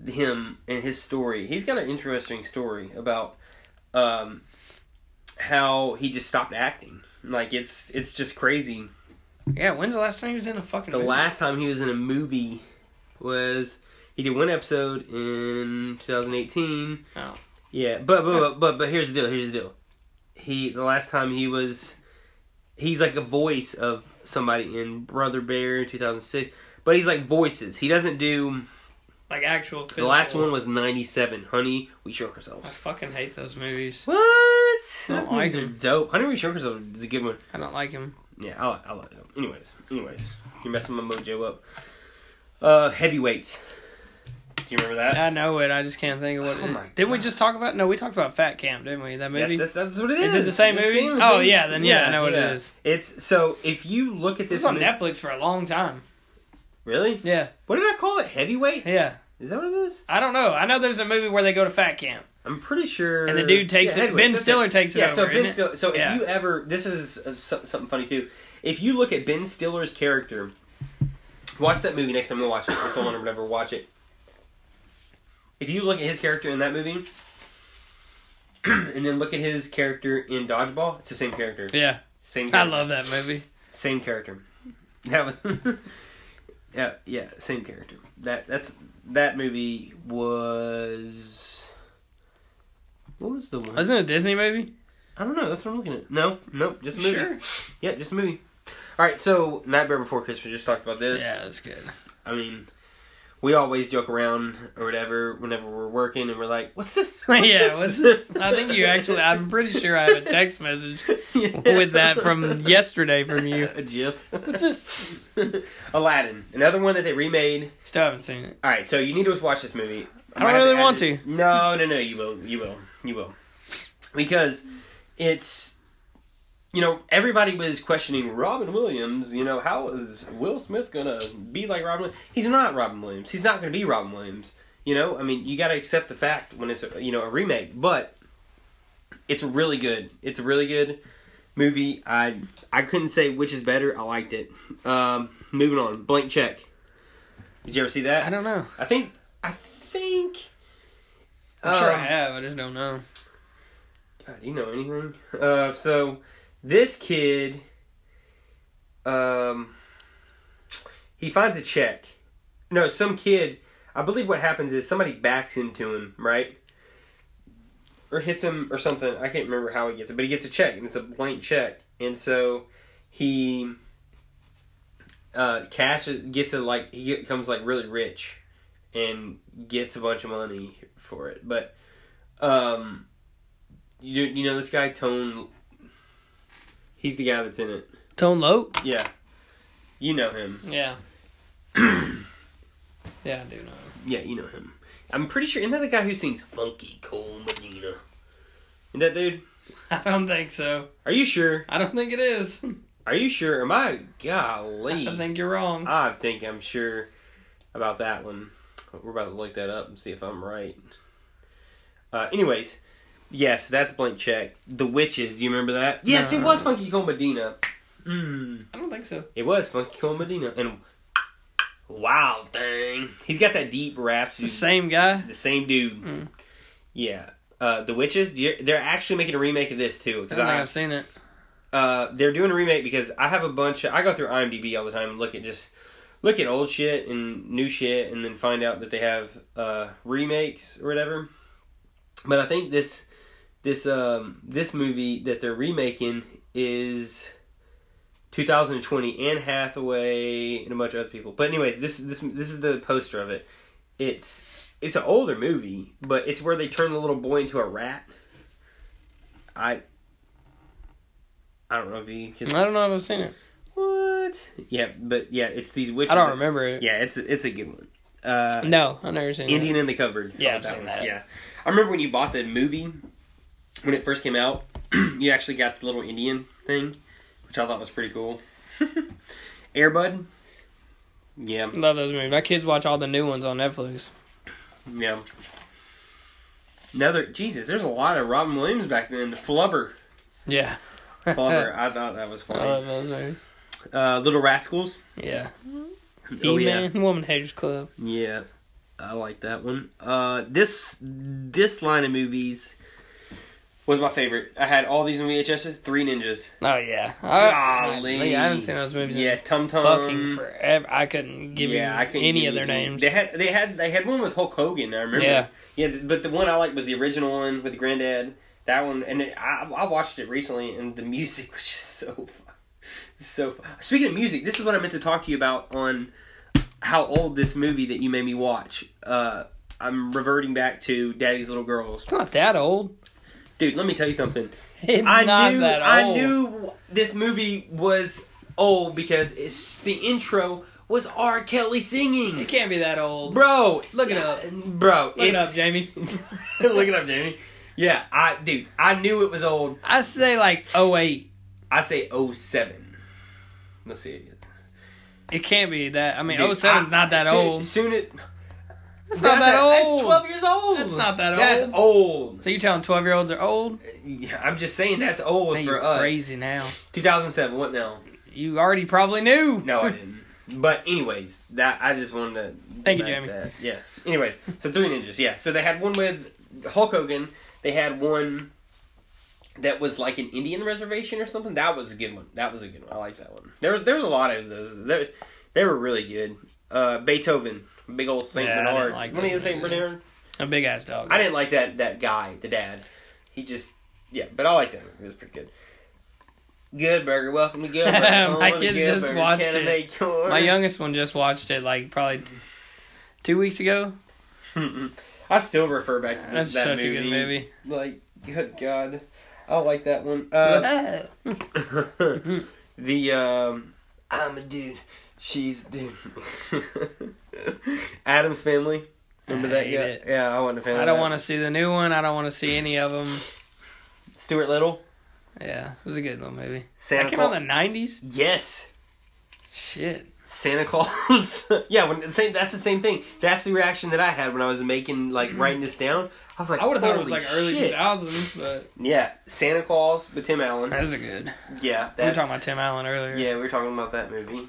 him and his story. He's got an interesting story about um, how he just stopped acting. Like it's it's just crazy.
Yeah, when's the last time he was in a fucking
The
movie?
last time he was in a movie was he did one episode in 2018.
Oh.
Yeah, but but but but, but here's the deal. Here's the deal. He the last time he was, he's like a voice of somebody in Brother Bear 2006. But he's like voices. He doesn't do
Like actual. Physical.
The last one was 97. Honey, we shrunk
I
ourselves.
fucking hate those movies.
What? Those
I like
movies are
them.
dope. Honey, we shrunk ourselves is a good one.
I don't like them.
Yeah, I like, I like them. Anyways, anyways, you're messing my mojo up. Uh, heavyweights. Do you remember that?
I know it. I just can't think of what.
Oh my
didn't we
God.
just talk about? No, we talked about Fat Camp, didn't we? That movie.
Yes, that's, that's what it is.
Is it the same
It's
movie? Oh, yeah, then yeah, I know what it
yeah.
is.
It's so if you look at
it
this
was on
movie-
Netflix for a long time.
Really?
Yeah,
What did I call it? Heavyweights?
yeah.
Is that what it is?
I don't know. I know there's a movie where they go to Fat Camp.
I'm pretty sure.
And the dude takes it-
heavyweights,
Ben
that's
Stiller takes it
Yeah. so
over,
Ben
isn't it?
Stiller. So if
Yeah.
you ever, this is uh, so- something funny too. If you look at Ben Stiller's character, watch that movie next time you watch it. It's on or whatever. Watch it. If you look at his character in that movie, [CLEARS THROAT] and then look at his character in Dodgeball, it's the same character.
Yeah,
Same.
I
Character.
love that movie.
Same character. That was. [LAUGHS] yeah, yeah, same character. That that's that movie was. What was the one?
Wasn't it a Disney movie?
I don't know. That's what I'm looking at. No, nope, just a movie.
Sure.
Yeah, just a movie. All right, so Nightmare Before Christmas. we Just talked about this.
Yeah, it was good.
I mean, we always joke around or whatever whenever we're working, and we're like, "What's
[LAUGHS]
this? What's
yeah, what's this? I think you actually. I'm pretty sure I have a text message
[LAUGHS] Yeah.
with that from yesterday from you.
[LAUGHS] a GIF.
What's this?
[LAUGHS] Aladdin, another one that they remade.
Still haven't seen it.
All right, so you need to watch this movie.
I don't
might have
really
add
want
this-
to.
No, no, no. You will. You will. You will. Because it's you know everybody was questioning Robin Williams. You know how is Will Smith gonna be like Robin? Wi- He's not Robin Williams. He's not gonna be Robin Williams. You know, I mean, you got to accept the fact when it's a, you know a remake, but it's really good. It's a really good movie. I I couldn't say which is better. I liked it. Um, moving on, blank check. Did you ever see that?
I don't know.
I think. I think.
I'm sure I
um,
have. I just don't know.
God, do you know anything? Uh, so this kid, um, he finds a check. No, some kid. I believe what happens is somebody backs into him, right? Or hits him or something. I can't remember how he gets it, but he gets a check and it's a blank check, and so he uh cashes gets a like he becomes like really rich and gets a bunch of money for it but um you you know this guy Tone. He's the guy that's in it.
Tone Loke.
Yeah, you know him. [CLEARS THROAT]
Yeah. yeah, I do know. [LAUGHS]
Yeah, you know him. I'm pretty sure. Isn't that the guy who sings "Funky Cool Medina"? Isn't that dude?
I don't think so.
Are you sure?
I don't think it is. [LAUGHS]
Are you sure? Am I? Golly,
I think you're wrong.
I think I'm sure about that one. We're about to look that up and see if I'm right. Uh, anyways, yes, that's blank check. The witches. Do you remember that? Yes, it
Uh-huh.
was Funky Cool Medina. Mm.
I don't think so.
It was Funky Cole Medina and Wild Thing. He's got that deep rap.
It's the same guy.
the same dude.
Mm.
Yeah. Uh, the Witches. you're- They're actually making a remake of this too.
I
Because
don't think
I,
I've seen it.
uh, they're doing a remake because I have a bunch. Of, I go through IMDb all the time and look at just look at old shit and new shit, and then find out that they have uh, remakes or whatever. But I think this this um, this movie that they're remaking is 2020 Anne Hathaway and a bunch of other people. But anyways, this this this is the poster of it. It's it's an older movie, but it's where they turn the little boy into a rat. I I don't know if you
I don't know if I've seen it.
what? Yeah, but yeah, it's these witches.
I don't
that-
remember it.
Yeah, it's it's a good one. Uh,
No, I've never seen it.
Indian in the cupboard.
Yeah,
Oh,
I've seen
one.
that.
Yeah, I remember when you bought the movie when it first came out. [CLEARS THROAT] you actually got the little Indian thing, which I thought was pretty
[LAUGHS]
cool. Airbud. Yeah,
Love those movies. My kids watch all the new ones on Netflix.
yeah. Another Jesus. There's a lot of Robin Williams back then. The
[LAUGHS]
Flubber.
Yeah.
Flubber. I thought that was
I
funny.
love those movies.
Uh, little Rascals.
Yeah.
Oh yeah.
He-Man, Woman Haters Club.
Yeah, I like that one. Uh, this this line of movies was my favorite. I had all these on VHSs. Three Ninjas.
Oh, yeah. I,
Golly.
I haven't seen those movies
Yeah,
in
Tum Tum.
fucking forever. I couldn't give
yeah, I
you
couldn't
any
give
of their
you any.
names.
They had they had they had one with Hulk Hogan. I remember.
Yeah.
yeah, th- but the one I liked was the original one with the granddad. That one, and it, I I watched it recently, and the music [LAUGHS] was just so fun. So fun. speaking of music, this is what I meant to talk to you about on how old this movie that you made me watch. Uh, I'm reverting back to Daddy's Little Girls.
It's not that old. [LAUGHS]
Dude, let me tell you something.
It's
I
not
knew
that old.
I knew this movie was old because it's the intro was R. Kelly
It
singing.
can't be that old.
Bro,
Look it up.
Bro,
Look it up,
it's-
Jamie.
[LAUGHS] Look it up, Jamie. Yeah, I dude, I knew it was old.
I say like oh, 08.
I say 07. Let's see.
It can't be that. I mean,
Dude,
07's
I-
not that
soon-
old.
Soon it,
It's not that
That's
old.
12 years old.
That's not that
That's old.
So you telling 12 year olds are old?
Yeah, I'm just saying that's old
Man,
for
you're
us.
crazy now.
2007. What now?
You already probably knew.
No, I didn't. But anyways, that I just wanted to.
Thank you,
about
Jamie.
that. Yeah. Anyways, so three ninjas. Yeah. So they had one with Hulk Hogan. They had one that was like an Indian reservation or something. That was a good one. That was a good one. I like that one. There was there was a lot of those. They, they were really good. Uh, Beethoven, big old Saint
Yeah, I didn't
Bernard.
like
Wasn't he
those
the Saint
movies.
Bernard?
[LAUGHS] A big ass dog.
I didn't like that that guy, the dad. He just yeah, but I liked him. It was pretty good. Good burger, welcome to Good
[LAUGHS]
Burger.
My
Home of
kids
Good
just
Burger.
watched
Can I
it.
make your
My youngest one just watched it like probably t- two weeks ago.
Mm-mm. [LAUGHS] I still refer back to this,
That's
that
such
movie.
a good movie.
Like, good God, I like that one.
[LAUGHS]
Uh, [LAUGHS] the um, I'm a dude. She's a dude. [LAUGHS] Adam's family. Remember
I
that
hate
guy?
it.
Yeah, I wasn't a fan.
I don't want to see the new one. I don't want to see any of them.
to. Stuart Little.
Yeah, it was a good little movie.
Santa
that came
Claus.
out in the 90s?
yes,
Shit.
Santa Claus. [LAUGHS] yeah, when the same. That's the same thing. That's the reaction that I had when I was making like writing this down. I was like,
Mm-hmm. I would have thought it was
"Holy
like early
shit."
2000s, but.
Yeah, Santa Claus with Tim Allen.
That was a good.
Yeah,
We were
that's-
talking about Tim Allen earlier.
Yeah, we were talking about that movie.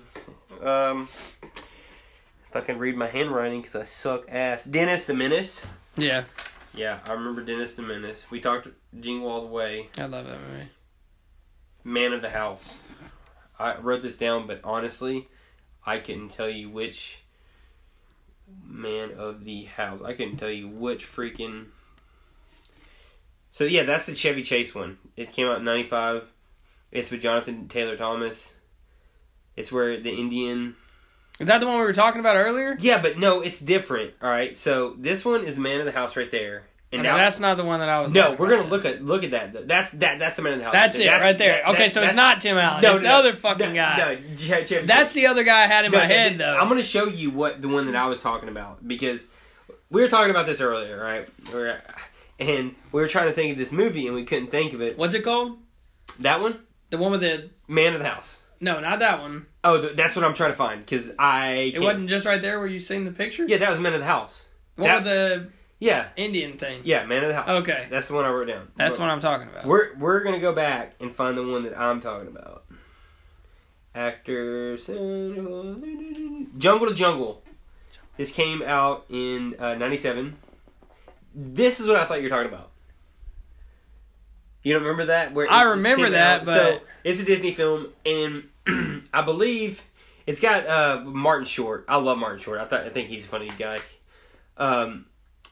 Um, if I can read my handwriting because I suck ass. Dennis the Menace.
Yeah,
Yeah, I remember Dennis the Menace. We talked Jingle All the Way.
I love that movie.
Man of the House. I wrote this down, but honestly, I couldn't tell you which man of the house. I couldn't tell you which freaking. So yeah, that's the Chevy Chase one. It came out in '95. It's with Jonathan Taylor Thomas. It's where the Indian.
Is that the one we were talking about earlier?
Yeah, but no, it's different. All right, so this one is man of the house right there,
And
and now
that's not the one that I was.
no,
talking
we're
about.
gonna look at look at that. That's that. That's the man of the house.
That's it right there.
that-
okay, so it's
that's-
not Tim Allen. it's the other fucking
no,
guy.
No, Ch- Chevy
That's the other guy I had in
No,
my
no,
head
th-
though.
I'm gonna show you what the one that I was talking about because we were talking about this earlier, right? We were- and we were trying to think of this movie and we couldn't think of it.
What's it called?
That one,
The one with the
Man of the House.
no, not that one.
Oh, th- that's what I'm trying to find because I.
It
Can't,
wasn't just right there where you seen the picture.
Yeah, that was Man of the House.
the
that-
one with the
Yeah,
Indian thing.
yeah, Man of the House.
Okay,
That's the one I wrote down.
that's
But
what I'm talking about.
We're we're gonna go back and find the one that I'm talking about. Actor Jungle to Jungle. This came out in uh, '97. This is what I thought you were talking about. You don't remember that? Where
I
it- it
remember
came
that, but-
so it's a Disney film, and [CLEARS THROAT] I believe it's got uh, Martin Short. I love Martin Short. I thought I think he's a funny guy. Um,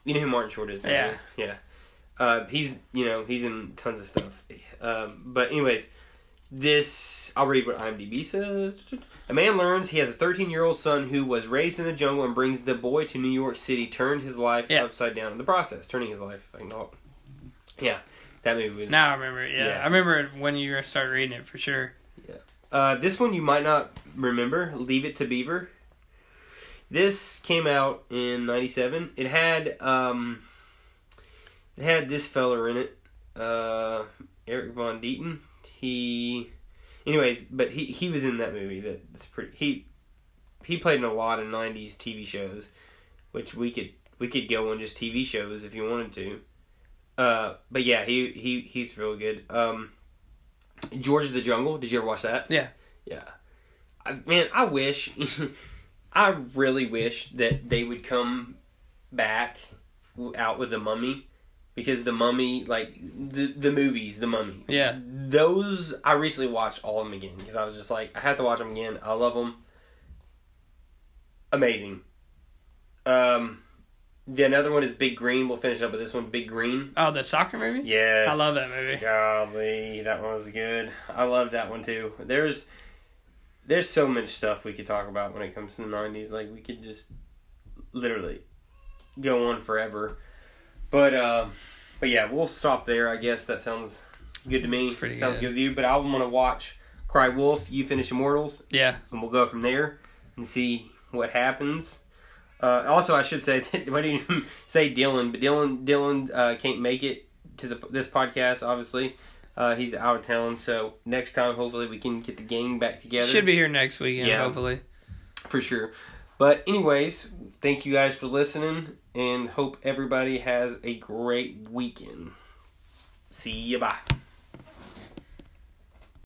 you know who Martin Short is? don't
Yeah.
you? yeah. Uh, he's you know he's in tons of stuff. Um, but anyways, this I'll read what IMDb says. A man learns he has a 13 year old son who was raised in the jungle and brings the boy to New York City. Turned his life
Yeah.
upside down in the process, turning his life. Like, no, yeah, that movie was.
Now I remember it. Yeah.
Yeah.
I remember it when you started reading it for sure.
Uh, this one you might not remember. Leave it to Beaver. This came out in '97. It had um, it had this feller in it, uh, Eric Von Deaton. He, anyways, but he he was in that movie. That's pretty. He he played in a lot of '90s TV shows, which we could we could go on just TV shows if you wanted to. Uh, but yeah, he he he's real good. Um, George of the Jungle. Did you ever watch that?
Yeah.
Yeah. I, man, I wish. [LAUGHS] I really wish that they would come back w- out with the mummy because the mummy, like the the movies, the mummy.
Yeah.
Those I recently watched all of them again because I was just like I had to watch them again. I love them. Amazing. Um, the another one is Big Green. We'll finish up with this one. Big Green.
Oh, the soccer movie.
Yes.
I love that movie.
Golly, that one was good. I love that one too. There's there's so much stuff we could talk about when it comes to the 90s like we could just literally go on forever but uh but yeah we'll stop there i guess that sounds good to me
It's pretty
sounds
good.
good to you but i want to watch cry wolf you finish immortals
Yeah.
and we'll go from there and see what happens. Uh, also, I should say [LAUGHS] that I didn't even say Dylan, but Dylan Dylan uh, can't make it to the this podcast. Obviously, uh, he's out of town. So next time, hopefully, we can get the gang back together.
Should be here next weekend,
Yeah.
hopefully.
for sure. But anyways, thank you guys for listening, and hope everybody has a great weekend. See you. Bye.